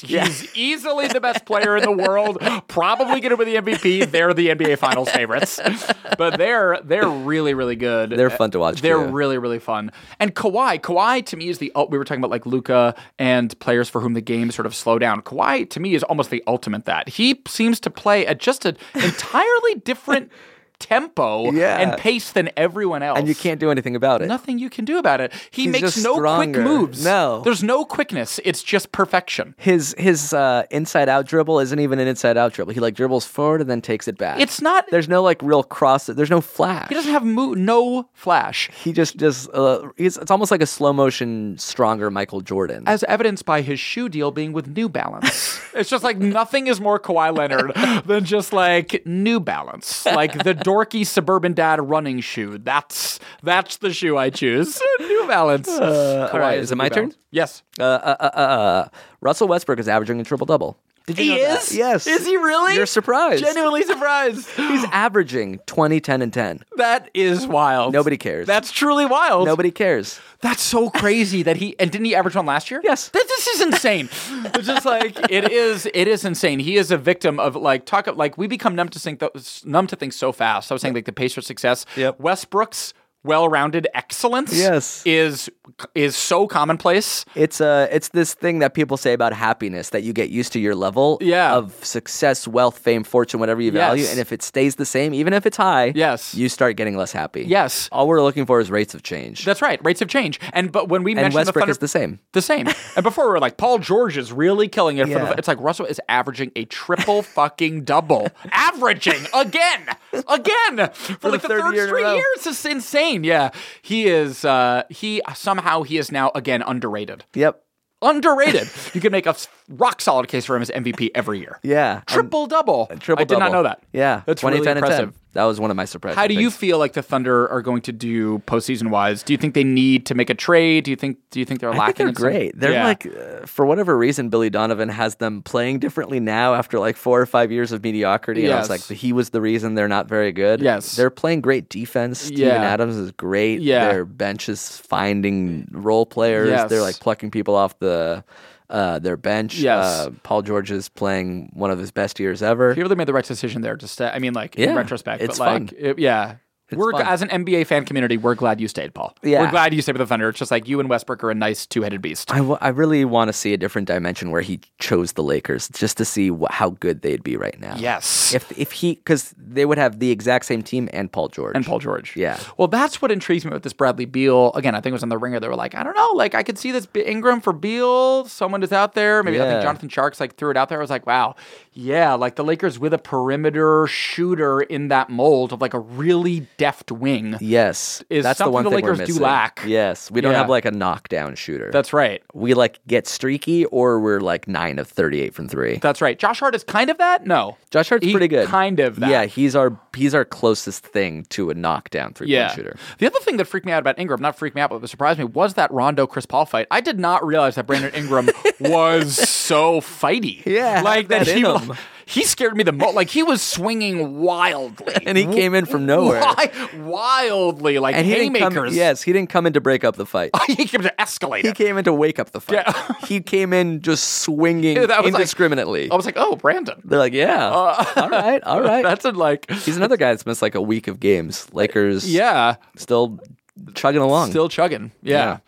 S4: He's easily the best player in the world. Probably going to be the MVP. They're the NBA Finals favorites. But they're they're really really good.
S2: They're fun to watch,
S4: They're
S2: too.
S4: really really fun. And Kawhi, Kawhi to me is the ul- we were talking about like Luca and players for whom the game sort of slow down. Kawhi to me is almost the ultimate that. He seems to play at just an entirely different tempo
S2: Yeah.
S4: and pace than everyone else.
S2: and you can't do anything about it.
S4: Nothing you can do about it. He
S2: He's
S4: makes
S2: just
S4: no
S2: stronger.
S4: quick moves.
S2: No.
S4: There's no quickness. It's just perfection.
S2: His his uh, inside out dribble isn't even an inside out dribble. He like dribbles forward and then takes it back.
S4: It's not-
S2: There's no like real cross. There's no flash.
S4: He doesn't have mo- no flash.
S2: He just just uh, he's, it's almost like a slow motion stronger Michael Jordan.
S4: As evidenced by his shoe deal being with New Balance. it's just like nothing is more Kawhi Leonard than just like New Balance. Like the dorky suburban dad running shoe. That's that's the shoe I choose. New Balance. Kawhi
S2: Uh, all right, is
S4: a
S2: it my
S4: New
S2: turn?
S4: Balance. Yes.
S2: uh, uh, uh, uh, uh, Russell Westbrook is averaging a triple double. Did you
S4: He
S2: know that?
S4: is?
S2: Yes.
S4: Is he really?
S2: You're surprised.
S4: Genuinely surprised.
S2: He's averaging 20, 10, and 10.
S4: That is wild.
S2: Nobody cares.
S4: That's truly wild.
S2: Nobody cares.
S4: That's so crazy that he and didn't he average one last year?
S2: Yes.
S4: That- this is insane. it's just like it is. It is insane. He is a victim of like talk of like we become numb to think numb to things so fast. I was saying like the Pacers' success.
S2: Yep.
S4: Westbrook's well-rounded excellence.
S2: Yes.
S4: Is is so commonplace.
S2: It's uh, it's this thing that people say about happiness that you get used to your level
S4: Yeah.
S2: of success, wealth, fame, fortune, whatever you value,
S4: Yes.
S2: and if it stays the same, even if it's high,
S4: Yes.
S2: you start getting less happy.
S4: Yes.
S2: all we're looking for is rates of change.
S4: That's right. Rates of change. And but when we
S2: and
S4: mentioned
S2: Westbrook
S4: the Thunder,
S2: is the same.
S4: The same. And before we were like, Paul George is really killing it. For
S2: Yeah.
S4: the, it's like Russell is averaging a triple fucking double. averaging again. Again. For, like
S2: the
S4: the
S2: third
S4: third
S2: year in a
S4: straight
S2: row.
S4: year. It's just insane. Yeah. He is, uh, he somehow, he is now again underrated.
S2: Yep.
S4: Underrated. you can make a s- rock solid case for him as MVP every year.
S2: Yeah.
S4: Triple double.
S2: Triple
S4: I did not
S2: double.
S4: know that.
S2: Yeah,
S4: That's
S2: 20,
S4: really
S2: 10, and 10.
S4: impressive.
S2: That was one of my surprises.
S4: How do you feel like the Thunder are going to do postseason wise? Do you think they need to make a trade? Do you think do you think they're lacking?
S2: I think they're
S4: in some-
S2: great. They're
S4: Yeah.
S2: like, uh, for whatever reason, Billy Donovan has them playing differently now after like four or five years of mediocrity. And I was
S4: Yes.
S2: like, he was the reason they're not very good.
S4: Yes.
S2: They're playing great defense. Steven
S4: Yeah.
S2: Adams is great.
S4: Yeah.
S2: Their bench is finding role players.
S4: Yes.
S2: They're like plucking people off the. Uh, their bench.
S4: Yes.
S2: Uh, Paul George is playing one of his best years ever.
S4: He really made the right decision there. Just to, I mean, like in
S2: Yeah,
S4: retrospect,
S2: it's
S4: but like
S2: fun.
S4: it- yeah, we're
S2: fun.
S4: as an NBA fan community, we're glad you stayed, Paul. we're
S2: Yeah.
S4: glad you stayed with the Thunder. It's just like you and Westbrook are a nice two-headed beast.
S2: I, w- I really want to see a different dimension where he chose the Lakers just to see wh- how good they'd be right now.
S4: yes,
S2: If if he because they would have the exact same team and Paul George
S4: and Paul George.
S2: Yeah.
S4: Well, that's what intrigues me with this Bradley Beal. Again, I think it was on the Ringer. They were like, I don't know, like I could see this B- Ingram for Beal. Someone is out there. Maybe I
S2: Yeah.
S4: think Jonathan Sharks like threw it out there. I was like, wow, yeah, like the Lakers with a perimeter shooter in that mold of like a really deft wing.
S2: Yes,
S4: is
S2: that's the
S4: something
S2: one
S4: the
S2: thing we're
S4: Lakers do
S2: missing.
S4: lack.
S2: Yes, we don't
S4: Yeah.
S2: have like a knockdown shooter.
S4: That's right.
S2: we like get streaky or we're like nine of thirty-eight from three.
S4: That's right. Josh Hart is kind of that. No,
S2: Josh Hart's
S4: He
S2: pretty good.
S4: Kind of that.
S2: Yeah, he's our he's our closest thing to a knockdown three-point
S4: Yeah.
S2: shooter.
S4: The other thing that freaked me out about Ingram, not freaked me out, but surprised me, was that Rondo Chris Paul fight. I did not realize that Brandon Ingram was so fighty.
S2: Yeah,
S4: like
S2: had
S4: that,
S2: that
S4: he
S2: in him.
S4: he scared me the most. Like he was swinging wildly,
S2: And he came in from nowhere.
S4: Wi- wildly, like
S2: And he didn't come.
S4: haymakers.
S2: Yes, he didn't come in to break up the fight.
S4: he came to escalate.
S2: He
S4: it.
S2: came in to wake up the fight.
S4: Yeah.
S2: he came in just swinging
S4: Yeah, that was like-
S2: indiscriminately.
S4: I was like, oh, Uh. Brandon.
S2: They're like, yeah, all right, all right.
S4: That's a, like,
S2: He's another guy that's missed like a week of games. Lakers,
S4: yeah,
S2: still chugging along.
S4: still chugging. Yeah.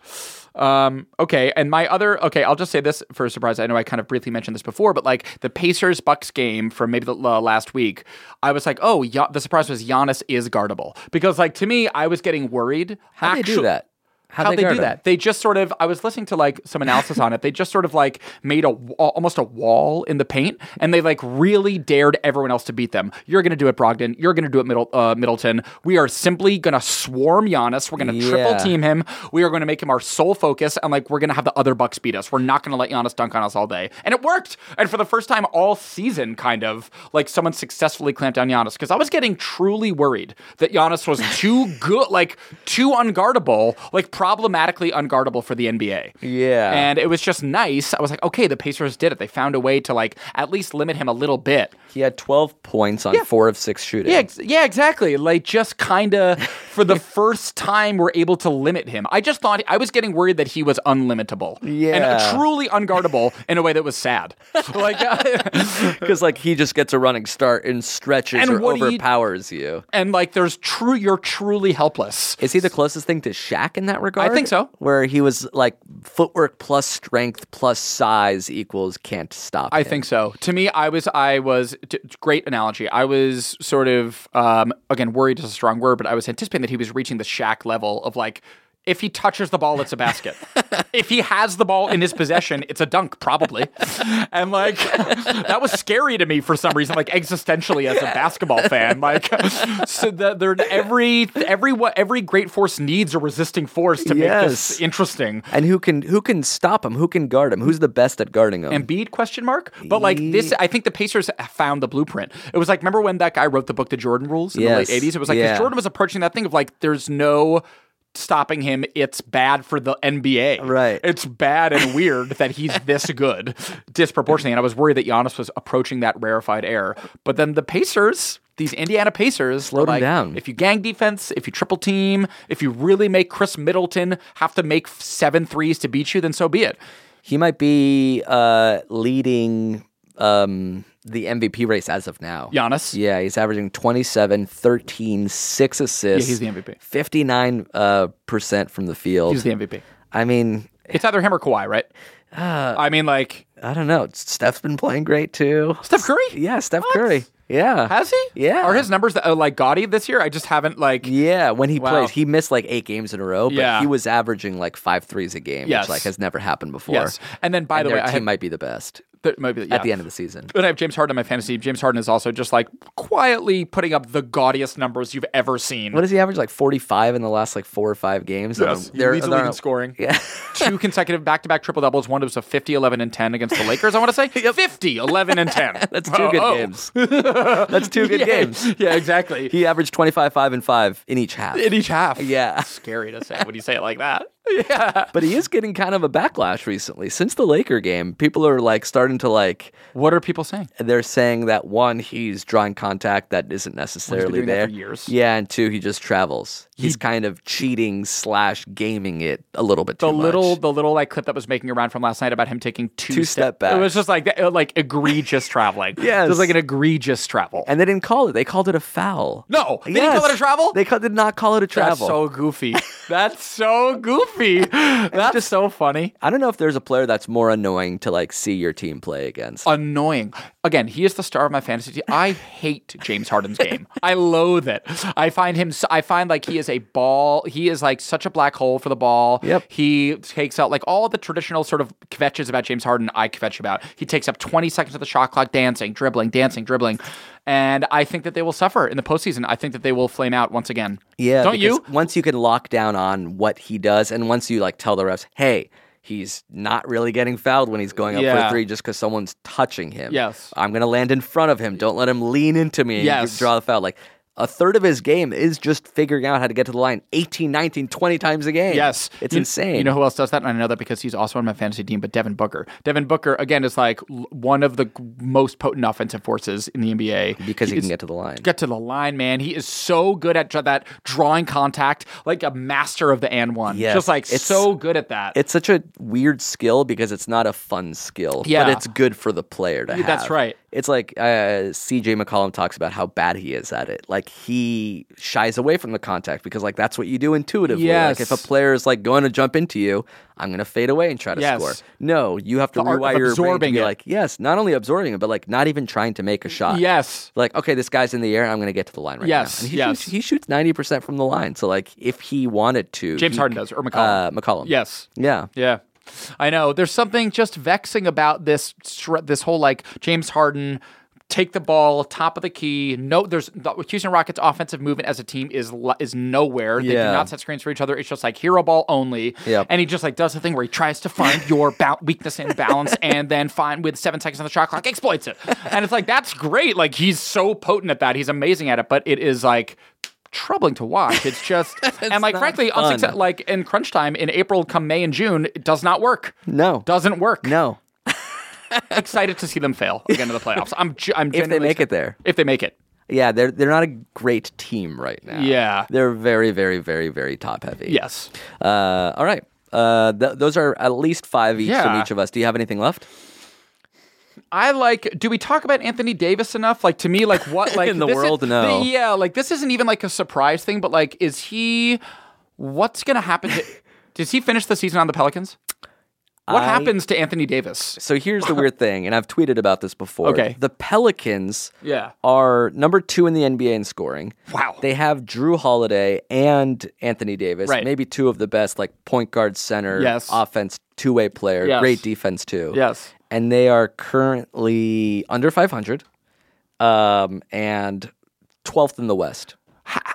S4: Um, okay, and my other okay, I'll just say this for a surprise. I know I kind of briefly mentioned this before, but like the Pacers Bucks game from maybe the uh, last week, I was like, oh, Ya- the surprise was Giannis is guardable because like to me, I was getting worried.
S2: How do they do
S4: Actu-
S2: that?
S4: how they,
S2: guard
S4: do
S2: him?
S4: that. They just sort of. I was listening to like some analysis on it. They just sort of like made a wa- almost a wall in the paint, and they like really dared everyone else to beat them. You're going to do it, Brogdon. You're going to do it, Middle, uh, Middleton. We are simply going to swarm Giannis. We're going to triple
S2: Yeah.
S4: team him. We are going to make him our sole focus, and like we're going to have the other Bucks beat us. We're not going to let Giannis dunk on us all day. And it worked. And for the first time all season, kind of like someone successfully clamped down Giannis because I was getting truly worried that Giannis was too good, like too unguardable, like problematically unguardable for the NBA.
S2: Yeah.
S4: And it was just nice. I was like, okay, the Pacers did it. They found a way to like at least limit him a little bit.
S2: He had 12 points on four of six shooting.
S4: Yeah, ex- yeah, exactly. Like just kind of for the first time we're able to limit him. I just thought I was getting worried that he was unlimitable.
S2: Yeah.
S4: And uh, truly unguardable in a way that was sad. like uh,
S2: because like he just gets a running start and stretches
S4: And
S2: or
S4: what do you-
S2: overpowers you.
S4: and like there's true you're truly helpless.
S2: Is he the closest thing to Shaq in that regard?
S4: think so.
S2: Where he was like footwork plus strength plus size equals can't stop.
S4: I
S2: him.
S4: think so. To me, I was, I was, t- great analogy. I was sort of, um, again, worried is a strong word, but I was anticipating that he was reaching the Shaq level of like, if he touches the ball, it's a basket. if he has the ball in his possession, it's a dunk, probably. And like, that was scary to me for some reason, like existentially as a basketball fan. Like, so that there, every, every, what, every great force needs a resisting force to make
S2: Yes.
S4: this interesting.
S2: And who can who can stop him? Who can guard him? Who's the best at guarding him?
S4: Embiid question mark. But like this, I think the Pacers found the blueprint. It was like remember when that guy wrote the book, The Jordan Rules, in
S2: Yes.
S4: the late '80s. It was like 'cause
S2: Yeah.
S4: Jordan was approaching that thing of like, there's no stopping him. It's bad for the NBA.
S2: Right.
S4: It's bad and weird that he's this good disproportionately. And I was worried that Giannis was approaching that rarefied air. But then the Pacers. These Indiana Pacers slowed
S2: him down.
S4: If you gang defense, if you triple team, if you really make Chris Middleton have to make seven threes to beat you, then so be it.
S2: he might be uh, leading um, the MVP race as of now.
S4: Giannis.
S2: Yeah, he's averaging 27, 13, 6 assists.
S4: Yeah, he's the MVP.
S2: 59% uh, percent from the field.
S4: He's the MVP.
S2: I mean,
S4: It's either him or Kawhi, right?
S2: Uh,
S4: I mean, like
S2: I don't know. Steph's been playing great too.
S4: Steph Curry.
S2: Yeah, Steph
S4: What?
S2: Curry. Yeah.
S4: Has he?
S2: Yeah.
S4: Are his numbers uh, like gaudy this year? I just haven't like.
S2: Yeah, when he
S4: Wow.
S2: plays, he missed like eight games in a row, but
S4: Yeah.
S2: he was averaging like five threes a game,
S4: Yes.
S2: which like has never happened before.
S4: Yes. And then by
S2: And
S4: the way,
S2: their
S4: I
S2: team
S4: have,
S2: might be the best
S4: there might be, yeah.
S2: at the end of the season.
S4: But I have James Harden in my fantasy. James Harden is also just like quietly putting up the gaudiest numbers you've ever seen.
S2: What does he average? Like forty-five in the last like four or five games.
S4: Yes. He leads the league in scoring.
S2: Yeah.
S4: Two consecutive back-to-back triple doubles. One was a 50, 11, and 10 against the Lakers. I want to say 50, 11, and 10.
S2: That's
S4: two
S2: two good games. That's two good games.
S4: Oh, Yeah, exactly.
S2: He averaged 25, 5, and 5 in each half.
S4: In each half.
S2: Yeah.
S4: Scary to say when you say it like that. e-
S2: But he is getting kind of a backlash recently. Since the Laker game, people are like starting to like
S4: What are people saying?
S2: they're saying that one, he's drawing contact that isn't necessarily
S4: doing that
S2: there.
S4: for years.
S2: Yeah, and two, he just travels. He's kind of cheating slash gaming it a little bit too
S4: the little
S2: much.
S4: the little like clip that was making around from last night about him taking two,
S2: Two step backs.
S4: It was just like that- like egregious traveling.
S2: Yes.
S4: it was like an egregious travel.
S2: And they didn't call it. They called it a foul.
S4: No, they didn't call
S2: Yes.
S4: it a travel?
S2: They ca- did not call it a
S4: that's
S2: travel.
S4: so goofy. That's so goofy. That's just so funny.
S2: I don't know if there's a player that's more annoying to like see your team play against.
S4: Annoying. Again, he is the star of my fantasy team. I hate James Harden's game. I loathe it. I find him. s- I find like he is a ball. He is like such a black hole for the ball.
S2: Yep.
S4: He takes out like all the traditional sort of kvetches about James Harden. I kvetch about. He takes up 20 seconds of the shot clock, dancing, dribbling, dancing, dribbling. And I think that they will suffer in the postseason. I think that they will flame out once again.
S2: Yeah,
S4: Don't
S2: because
S4: you?
S2: Once you can lock down on what he does, and once you like tell the refs, hey, he's not really getting fouled when he's going up
S4: Yeah.
S2: for three just because someone's touching him.
S4: Yes.
S2: I'm gonna land in front of him. Don't let him lean into me and
S4: Yes.
S2: draw the foul. Like a third of his game is just figuring out how to get to the line 18, 19, 20 times a game.
S4: Yes.
S2: It's
S4: You-
S2: insane.
S4: You know who else does that? And I know that because he's also on my fantasy team, but Devin Booker. Devin Booker, again, is like l- one of the g- most potent offensive forces in the NBA.
S2: because he
S4: is-
S2: can get to the line.
S4: Get to the line, man. He is so good at dr- that drawing contact, like a master of the and one.
S2: Yes.
S4: Just like
S2: It's-
S4: so good at that.
S2: It's such a weird skill because it's not a fun skill,
S4: Yeah.
S2: but it's good for the player to have.
S4: that's right.
S2: It's like uh, C.J. McCollum talks about how bad he is at it. Like he shies away from the contact because like that's what you do intuitively.
S4: Yes.
S2: Like if a player is like going to jump into you, I'm going to fade away and try to
S4: Yes.
S2: score. No, you have to
S4: The art of
S2: rewire your brain to
S4: absorbing
S2: be
S4: it.
S2: like, yes, not only absorbing it, but like not even trying to make a shot.
S4: Yes.
S2: Like, okay, this guy's in the air. I'm going to get to the line right
S4: Yes,
S2: now. And he
S4: yes.
S2: Shoots, he shoots 90% from the line. So, like, if he wanted to.
S4: James
S2: he
S4: Harden
S2: c-
S4: does, or McCollum.
S2: Uh, McCollum.
S4: Yes.
S2: Yeah.
S4: Yeah. I know. There's something just vexing about this str- this whole like James Harden take the ball top of the key. No, there's the Houston Rockets offensive movement as a team is lo- is nowhere. They do
S2: Yeah.
S4: not set screens for each other. It's just like hero ball only.
S2: Yep.
S4: And he just like does the thing where he tries to find your ba- weakness and balance and then find with 7 seconds on the shot clock exploits it. And it's like that's great. Like he's so potent at that. He's amazing at it, but it is like troubling to watch. It's just and like
S2: not
S4: frankly
S2: fun.
S4: unsuccessful like in crunch time in April, come May and June, it does not work.
S2: No.
S4: Doesn't work.
S2: No.
S4: Excited to see them fail again to the playoffs. I'm, ge- I'm
S2: If they
S4: genuinely
S2: make
S4: excited.
S2: it there.
S4: If they make it.
S2: Yeah, they're they're not a great team right now.
S4: Yeah.
S2: They're very, very, very, very top heavy.
S4: Yes.
S2: Uh, all right. Uh, th- those are at least five each from
S4: Yeah.
S2: each of us. Do you have anything left?
S4: I like. Do we talk about Anthony Davis enough? Like to me, like what? Like
S2: In the
S4: this is-
S2: world, no.
S4: the- yeah, like this isn't even like a surprise thing, but like, is he? What's gonna happen? To, does he finish the season on the Pelicans? What
S2: I-
S4: happens to Anthony Davis?
S2: So here's the weird thing, and I've tweeted about this before.
S4: Okay.
S2: The Pelicans
S4: Yeah.
S2: are number two in the NBA in scoring.
S4: Wow.
S2: They have Drew Holiday and Anthony Davis,
S4: Right.
S2: maybe two of the best like point guard center
S4: Yes.
S2: offense, two way player,
S4: Yes.
S2: great defense too.
S4: Yes.
S2: And they are currently under five hundred. Um and twelfth in the West.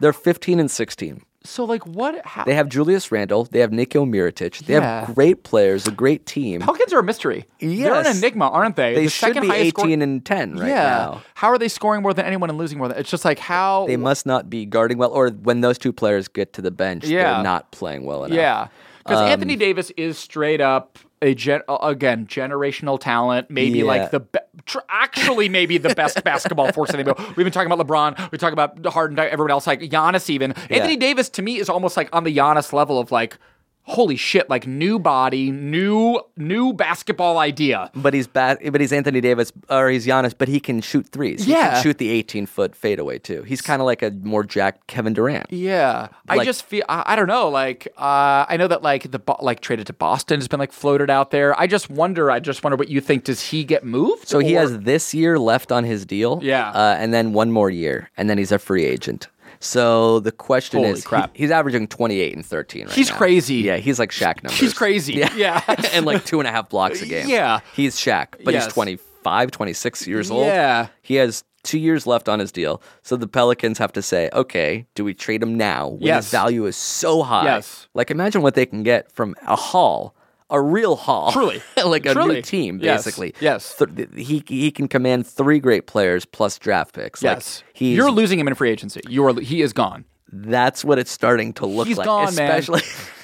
S2: They're fifteen and sixteen.
S4: So like, what? How,
S2: They have Julius Randle. They have Niko Mirotic. They
S4: Yeah.
S2: have great players, a great team.
S4: Pelicans are a mystery. They're an
S2: Yes.
S4: enigma, aren't they?
S2: They
S4: the
S2: should
S4: second
S2: be
S4: highest score-
S2: 18 and 10 right now.
S4: How are they scoring more than anyone and losing more than? It's just like how.
S2: They must not be guarding well, or when those two players get to the bench,
S4: Yeah.
S2: they're not Um, playing well enough.
S4: yeah, because Anthony Davis is straight up a gen- uh, again generational talent. Maybe
S2: Yeah.
S4: like the be- tr- actually maybe the best basketball force in the NBA. We've been talking about LeBron. We talk about Harden. Everyone else like Giannis. Even Anthony Davis to me is almost like on the Giannis level of like. Holy shit! Like new body, new new basketball idea.
S2: But he's bad. But he's Anthony Davis, or he's Giannis. But he can shoot threes. He
S4: Yeah.
S2: can shoot the 18 foot fadeaway too. He's kind of like a more jacked Kevin Durant.
S4: Yeah, I
S2: Like-
S4: just feel I, I don't know. Like uh, I know that like the Bo- like traded to Boston has been like floated out there. I just wonder. I just wonder what you think. Does he get moved?
S2: So he
S4: or-
S2: has this year left on his deal.
S4: Yeah.
S2: Uh, and then one more year, and then he's a free agent. So the question
S4: Holy
S2: is,
S4: crap.
S2: he- he's averaging 28 and 13 right
S4: He's
S2: now.
S4: crazy.
S2: Yeah, he's like Shaq numbers.
S4: He's crazy. Yeah.
S2: and like two and a half blocks a game.
S4: Yeah.
S2: He's Shaq, but
S4: Yes.
S2: he's 25, 26 years old.
S4: Yeah.
S2: He has two years left on his deal. So the Pelicans have to say, okay, do we trade him now when
S4: Yes.
S2: his value is so high?
S4: Yes.
S2: Like imagine what they can get from a haul. A real haul,
S4: Truly.
S2: like a
S4: Truly.
S2: new team,
S4: Yes.
S2: basically.
S4: Yes.
S2: Th- th- he he can command three great players plus draft picks.
S4: yes.
S2: like, he's,
S4: You're losing him in free agency. You are. He is gone.
S2: that's what it's starting to look
S4: He's
S2: like.
S4: gone, man.
S2: especially,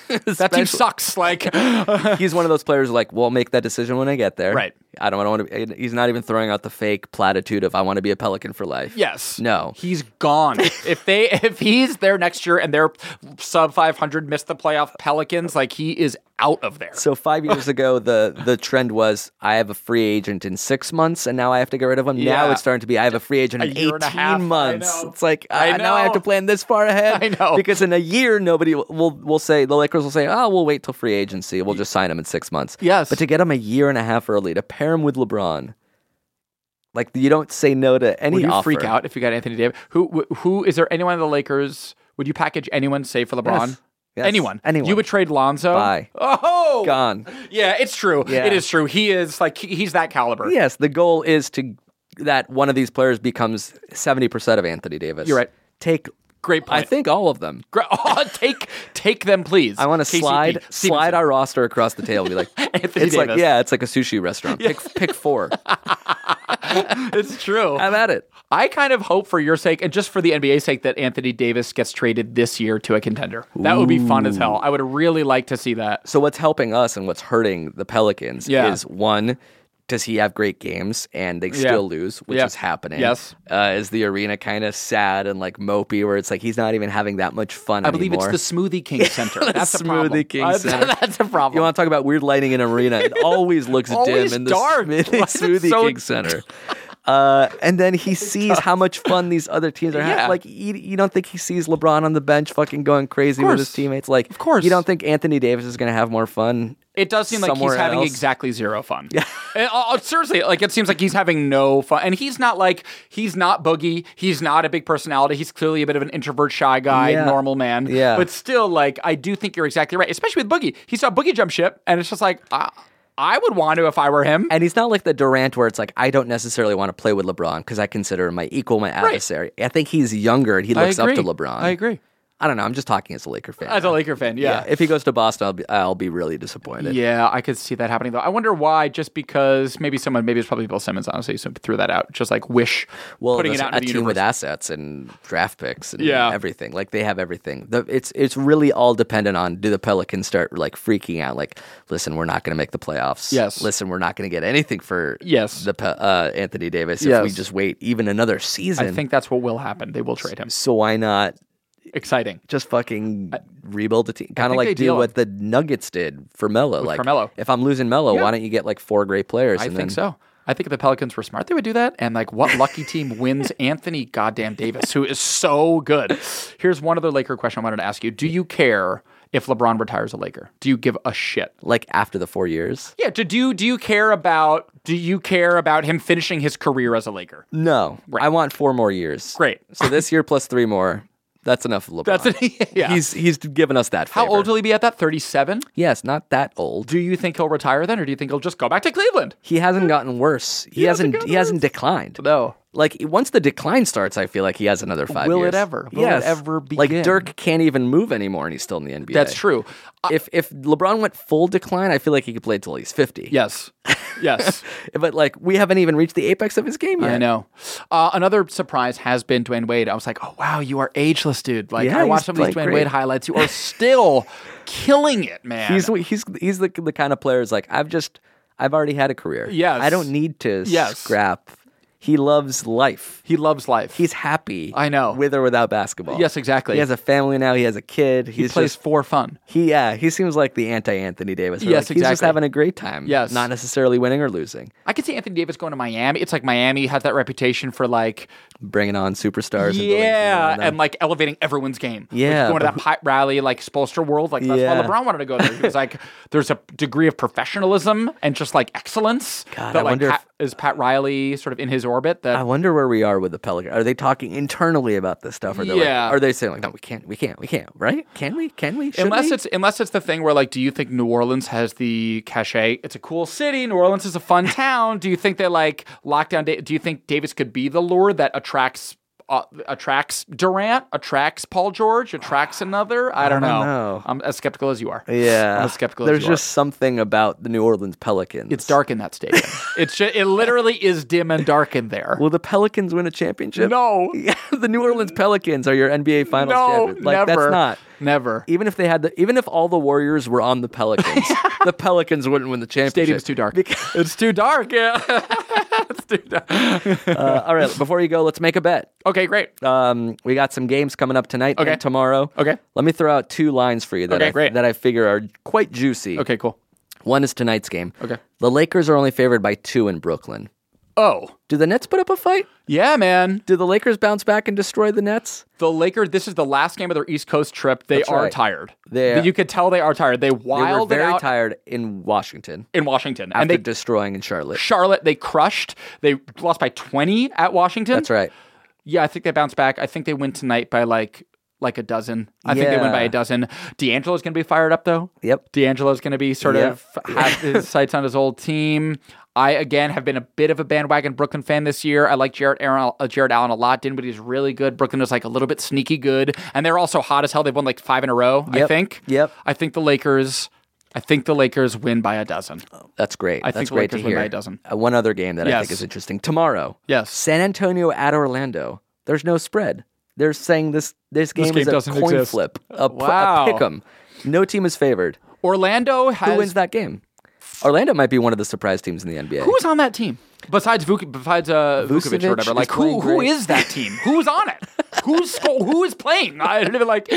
S4: That team
S2: especially-
S4: sucks. Like
S2: he's one of those players who, like, well, I'll make that decision when I get there.
S4: Right.
S2: I don't, I don't want to. He's not even throwing out the fake platitude of I want to be a Pelican for life.
S4: yes.
S2: No.
S4: He's gone. if they if he's there next year and they're sub 500 miss the playoff Pelicans, like he is out of there.
S2: So five years ago, the the trend was I have a free agent in six months, and now I have to get rid of him.
S4: Yeah.
S2: Now it's starting to be I have a free agent
S4: A
S2: in
S4: year and a half. I
S2: eighteen months.
S4: know.
S2: It's like
S4: I
S2: uh, now I have
S4: know.
S2: to plan this far ahead.
S4: I know.
S2: because in a year nobody will will, will say the Lakers will say oh we'll wait till free agency we'll just sign him in six months.
S4: Yes.
S2: but to get him a year and a half early to pair him with LeBron, like you don't say no to any
S4: Would you
S2: offer.
S4: freak out if you got Anthony Davis? Who wh- who is there anyone in the Lakers? Would you package anyone save for LeBron?
S2: Yes. Yes.
S4: Anyone?
S2: Anyone.
S4: You would trade Lonzo?
S2: Bye.
S4: Oh,
S2: Gone.
S4: yeah, it's true.
S2: Yeah.
S4: It is true. He is like he- he's that caliber.
S2: Yes, the goal is to that one of these players becomes seventy percent of Anthony Davis.
S4: You're right.
S2: Take
S4: Great point.
S2: I think all of them.
S4: Gra- Oh, take take them, please.
S2: I want to
S4: KCP,
S2: slide
S4: Stevenson.
S2: slide our roster across the table. and Be like, it's
S4: Anthony
S2: like
S4: Davis.
S2: yeah, it's like a sushi restaurant. Pick pick four.
S4: It's true.
S2: I'm at it.
S4: I kind of hope for your sake and just for the NBA's sake that Anthony Davis gets traded this year to a contender. That would be fun as hell. I would really like to see that.
S2: So what's helping us and what's hurting the Pelicans
S4: Yeah.
S2: is one. Does he have great games and they
S4: Yeah.
S2: still lose, which
S4: Yeah.
S2: is happening?
S4: Yes.
S2: Uh, is the arena kind of sad and like mopey, where it's like he's not even having that much fun
S4: I believe
S2: anymore?
S4: it's the Smoothie King Center. That's a problem.
S2: Smoothie King
S4: That's-
S2: Center.
S4: That's a problem.
S2: You want to talk about weird lighting in an arena? It always looks
S4: Always
S2: dim in the
S4: dark.
S2: Smoothie,
S4: Why is it
S2: Smoothie
S4: so-
S2: King Center. Uh, and then he sees how much fun these other teams are
S4: Yeah.
S2: having. Like, you, you don't think he sees LeBron on the bench fucking going crazy with his
S4: course.
S2: teammates? Like,
S4: Of course.
S2: You don't think Anthony Davis is going to have more fun?
S4: It does seem like he's
S2: somewhere
S4: having
S2: else?
S4: exactly zero fun. Yeah. seriously, like it seems like he's having no fun. And he's not like, he's not boogie. He's not a big personality. He's clearly a bit of an introvert, shy guy,
S2: Yeah.
S4: normal man.
S2: Yeah.
S4: But still, like, I do think you're exactly right, especially with Boogie. He saw Boogie jump ship, and it's just like, I, I would want to if I were him.
S2: And he's not like the Durant where it's like, I don't necessarily want to play with LeBron because I consider him my equal, my adversary. I think he's younger and he looks up to LeBron.
S4: I agree.
S2: I don't know. I'm just talking as a Laker fan.
S4: As a Laker fan,
S2: yeah.
S4: yeah.
S2: If he goes to Boston, I'll be, I'll be really disappointed.
S4: Yeah, I could see that happening though. I wonder why. Just because maybe someone, maybe it's probably Bill Simmons. Honestly, so threw that out. Just like wish
S2: well,
S4: putting it
S2: there's
S4: out
S2: a
S4: into the
S2: team
S4: universe.
S2: with assets and draft picks and
S4: Yeah.
S2: everything. Like they have everything. The, it's it's really all dependent on do the Pelicans start like freaking out? Like, listen, we're not going to make the playoffs.
S4: Yes.
S2: Listen, we're not going to get anything for
S4: Yes.
S2: the Pe- uh, Anthony Davis if we
S4: Yes.
S2: just wait even another season.
S4: I think that's what will happen. They will trade him.
S2: so. Why not
S4: Exciting.
S2: just fucking rebuild the team? Kind of
S4: think they
S2: like do
S4: deal
S2: what the Nuggets did for Melo. Like
S4: Carmelo.
S2: if I'm losing Melo, why don't you get like four great players?
S4: I
S2: and
S4: think
S2: then-
S4: so. I think if the Pelicans were smart, they would do that. And like, what lucky team wins Anthony Goddamn Davis, who is so good? Here's one other Laker question I wanted to ask you: Do you care if LeBron retires a Laker? Do you give a shit?
S2: Like after the four years.
S4: Yeah. Do do you, do you care about do you care about him finishing his career as a Laker?
S2: No, I want four more years.
S4: Great.
S2: So this year plus three more. That's enough, of LeBron.
S4: That's it. yeah.
S2: He's he's given us that.
S4: How
S2: favor.
S4: old will he be at that? 37?
S2: Yes, not that old.
S4: Do you think he'll retire then, or do you think he'll just go back to Cleveland?
S2: He hasn't gotten worse. He,
S4: hasn't
S2: hasn't.
S4: gotten
S2: he hasn't declined.
S4: No.
S2: Like once the decline starts, I feel like he has another five.
S4: Will it
S2: years.
S4: ever? Will it
S2: yes.
S4: ever begin?
S2: Like Dirk can't even move anymore, and he's still in the NBA.
S4: That's true. I-
S2: If if LeBron went full decline, I feel like he could play till he's fifty.
S4: yes. Yes.
S2: But like we haven't even reached the apex of his game yet.
S4: I know. Uh, another surprise has been Dwayne Wade. I was like, oh, wow, you are ageless, dude. Like,
S2: Yeah,
S4: I
S2: he's
S4: watched some of these Dwayne
S2: playing
S4: Wade
S2: great.
S4: highlights. You are still killing it, man.
S2: He's he's he's the the kind of player is like I've just I've already had a career.
S4: Yes.
S2: I don't need to
S4: Yes.
S2: scrap. He loves life.
S4: he loves life.
S2: He's happy.
S4: I know.
S2: with or without basketball.
S4: Yes, exactly.
S2: He has a family now. He has a kid.
S4: he
S2: he's
S4: plays
S2: Just,
S4: for fun.
S2: he yeah. He seems like the anti Anthony Davis. We're
S4: Yes,
S2: like, He's just
S4: exactly.
S2: having a great time.
S4: Yes.
S2: not necessarily winning or losing.
S4: I could see Anthony Davis going to Miami. It's like Miami has that reputation for like
S2: Bringing on superstars. and building
S4: Yeah,
S2: from
S4: and,
S2: there on
S4: like elevating everyone's game. Like,
S2: Yeah,
S4: going to
S2: but
S4: that pot rally, like Spolster World, like that's
S2: Yeah.
S4: why LeBron wanted to go there. He was like, there's a degree of professionalism and just like excellence
S2: God,
S4: that
S2: I
S4: like
S2: wonder if-
S4: Pat, is Pat Riley sort of in his orbit. That
S2: I wonder where we are with the Pelican. Are they talking internally about this stuff? Or they're
S4: Yeah.
S2: Like, are they saying like, no, we can't, we can't, we can't, right? Can we? Can we? Should
S4: unless
S2: we?
S4: it's unless it's the thing where like, do you think New Orleans has the cachet? It's a cool city. New Orleans is a fun town. Do you think they like lockdown? Da- do you think Davis could be the lure that attracts? Uh, attracts Durant, attracts Paul George, attracts another. I don't,
S2: don't
S4: know.
S2: know.
S4: I'm as skeptical as you are.
S2: Yeah,
S4: I'm as skeptical as
S2: There's
S4: you are.
S2: just something about the New Orleans Pelicans.
S4: It's dark in that stadium. it's ju- it literally is dim and dark in there.
S2: Will the Pelicans win a championship?
S4: No,
S2: the New Orleans Pelicans are your NBA Finals
S4: no,
S2: champions. Like
S4: never,
S2: that's not.
S4: never.
S2: Even if they had the, even if all the Warriors were on the Pelicans, the Pelicans wouldn't win the championship.
S4: Stadium's too dark.
S2: Because-
S4: it's too dark. Yeah, it's too dark.
S2: uh, all right, before you go, let's make a bet.
S4: Okay, great.
S2: Um, we got some games coming up tonight
S4: Okay.
S2: and tomorrow.
S4: Okay.
S2: Let me throw out two lines for you that
S4: Okay,
S2: I,
S4: great.
S2: that I figure are quite juicy.
S4: Okay, cool.
S2: One is tonight's game.
S4: Okay.
S2: The Lakers are only favored by two in Brooklyn.
S4: Oh,
S2: Do the Nets put up a fight?
S4: yeah, man.
S2: Do the Lakers bounce back and destroy the Nets?
S4: The Lakers. This is the last game of their East Coast trip. They
S2: That's
S4: are
S2: right.
S4: tired.
S2: They-
S4: you could tell they are tired. They
S2: They were
S4: wild
S2: very
S4: out
S2: tired in Washington
S4: in Washington,
S2: after
S4: and they
S2: destroying in Charlotte.
S4: Charlotte they crushed. They lost by twenty at Washington.
S2: That's right.
S4: Yeah, I think they bounce back. I think they win tonight by like like a dozen. I think they win by
S2: Yeah.
S4: a dozen. D'Angelo's going to be fired up though.
S2: Yep.
S4: D'Angelo's going to be sort
S2: Yep.
S4: of have his sights on his old team. I again have been a bit of a bandwagon Brooklyn fan this year. I like Jared Aaron, uh, Jared Allen a lot. Dinwiddie's really good. Brooklyn is like a little bit sneaky good, and they're also hot as hell. They've won like five in a row. I
S2: Yep.
S4: think.
S2: Yep.
S4: I think the Lakers. I think the Lakers win by a dozen.
S2: That's great. Oh,
S4: I
S2: That's
S4: think the
S2: great
S4: Lakers
S2: to
S4: win
S2: hear.
S4: by a dozen.
S2: Uh, one other game that I
S4: Yes.
S2: think is interesting tomorrow.
S4: Yes.
S2: San Antonio at Orlando. There's no spread. They're saying this this game,
S4: game
S2: is a
S4: doesn't
S2: coin
S4: exist.
S2: flip, a, pr-
S4: Wow.
S2: a pick'em. No team is favored.
S4: Orlando has
S2: Who wins that game? Orlando might be one of the surprise teams in the NBA.
S4: Who's on that team? besides Vuk- besides uh, Vukovic,
S2: Vucevic
S4: or whatever,
S2: is
S4: like who
S2: playing
S4: who
S2: great.
S4: is that team? Who's on it? Who's sco- who is playing? I don't even like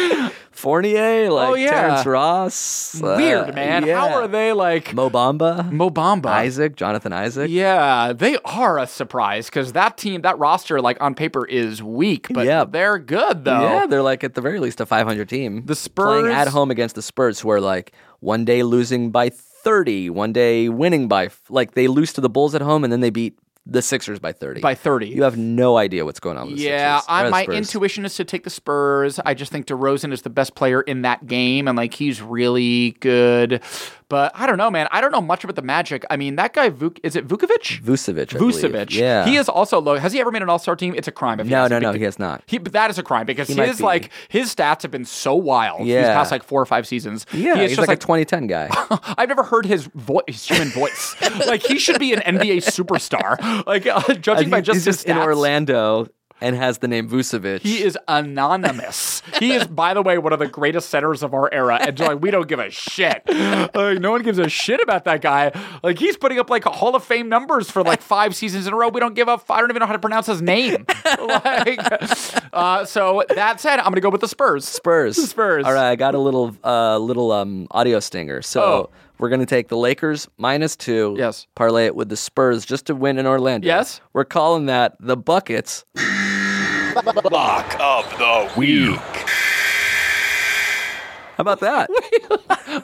S2: Fournier, like
S4: Oh, yeah.
S2: Terrence Ross. uh,
S4: weird man.
S2: yeah.
S4: How are they like
S2: Mobamba,
S4: Mobamba?
S2: Isaac, Jonathan Isaac.
S4: Yeah, they are a surprise because that team, that roster, like on paper, is weak, but
S2: Yeah.
S4: they're good though.
S2: Yeah, they're like at the very least a 500 team.
S4: Oh. The
S2: playing at
S4: Spurs-
S2: home against the Spurs, who are like one day losing by 30, one day winning by f- like they lose to the Bulls at home and then they beat the Sixers by 30.
S4: By 30.
S2: you have no idea what's going on. with the
S4: Yeah,
S2: Sixers. Or
S4: I,
S2: the
S4: my
S2: Spurs.
S4: intuition is to take the Spurs. I just think DeRozan is the best player in that game, and like he's really good. But I don't know, man. I don't know much about the Magic. I mean, that guy Vuk is it Vukovic?
S2: Vucevic. I believe.
S4: Vucevic.
S2: Yeah,
S4: he is also low. Has he ever made an All Star team? It's a crime. If he
S2: No,
S4: hasn't.
S2: no, no,
S4: Big-
S2: he has not.
S4: He, but that is a crime because
S2: He
S4: he
S2: might
S4: his
S2: be.
S4: like his stats have been so wild. these
S2: Yeah.
S4: past like four or five seasons.
S2: Yeah,
S4: he is
S2: he's
S4: just
S2: like, a 2010 guy.
S4: I've never heard his voice, his human voice. like he should be an NBA superstar. Like uh, judging by
S2: He's
S4: just his
S2: just in
S4: stats,
S2: Orlando and has the name Vucevic.
S4: He is anonymous. he is, by the way, one of the greatest centers of our era, and like we don't give a shit. Like no one gives a shit about that guy. Like he's putting up like Hall of Fame numbers for like five seasons in a row. We don't give a. F- I don't even know how to pronounce his name. like, uh, so that said, I'm gonna go with the Spurs.
S2: Spurs.
S4: Spurs.
S2: All right, I got a little uh, little um, audio stinger. So
S4: Oh.
S2: we're gonna take the Lakers minus two.
S4: Yes.
S2: Parlay it with the Spurs just to win in Orlando.
S4: Yes.
S2: We're calling that the buckets.
S3: Lock of the week.
S2: How about that?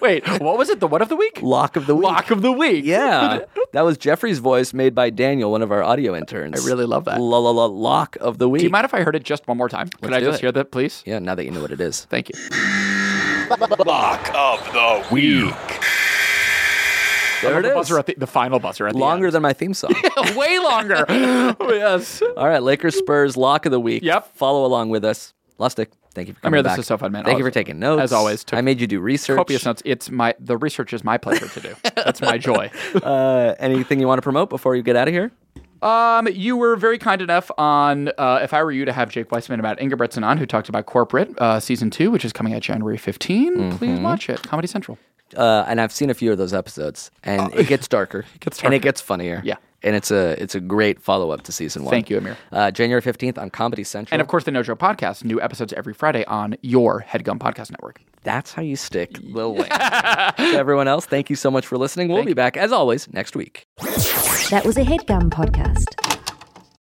S4: Wait, what was it? The what of the week?
S2: Lock of the week.
S4: Lock of the week.
S2: Yeah. that was Jeffrey's voice made by Daniel, one of our audio interns.
S4: I really love that.
S2: La la la lock of the week.
S4: Do you mind if I heard it just one more time? Could
S2: Let's
S4: I
S2: do
S4: just
S2: it.
S4: hear that, please?
S2: yeah, now that you know what it is.
S4: Thank you.
S3: Lock of the week.
S2: There it
S4: the,
S2: is.
S4: Buzzer at the, the final buzzer at the
S2: Longer
S4: end.
S2: than my theme song.
S4: Way longer. yes.
S2: All right, Lakers Spurs lock of the week.
S4: Yep.
S2: Follow along with us. Lustig, thank you for coming
S4: here. This
S2: back.
S4: is so fun, man.
S2: Thank you
S4: Always-
S2: for taking notes.
S4: as always, took
S2: I made you do research.
S4: Copious notes. It's my the research is my pleasure to do. That's my joy.
S2: Uh, anything you want to promote before you get out of here?
S4: Um, you were very kind enough on uh, if I were you to have Jake Weissman about Ingebretson on, who talked about Corporate uh, season two, which is coming out January 15 Please watch it. Comedy Central.
S2: Uh, and I've seen a few of those episodes, and it gets darker,
S4: Oh. gets
S2: and
S4: darker.
S2: it gets funnier.
S4: Yeah.
S2: and it's a it's a great follow up to season one.
S4: Thank you, Amir.
S2: Uh, January fifteenth on Comedy Central,
S4: And of course, the No Joke Podcast. New episodes every Friday on your Headgum Podcast Network.
S2: that's how you stick Lil Wayne. to everyone else, thank you so much for listening. We'll be back as always next week.
S1: That was a headgum podcast.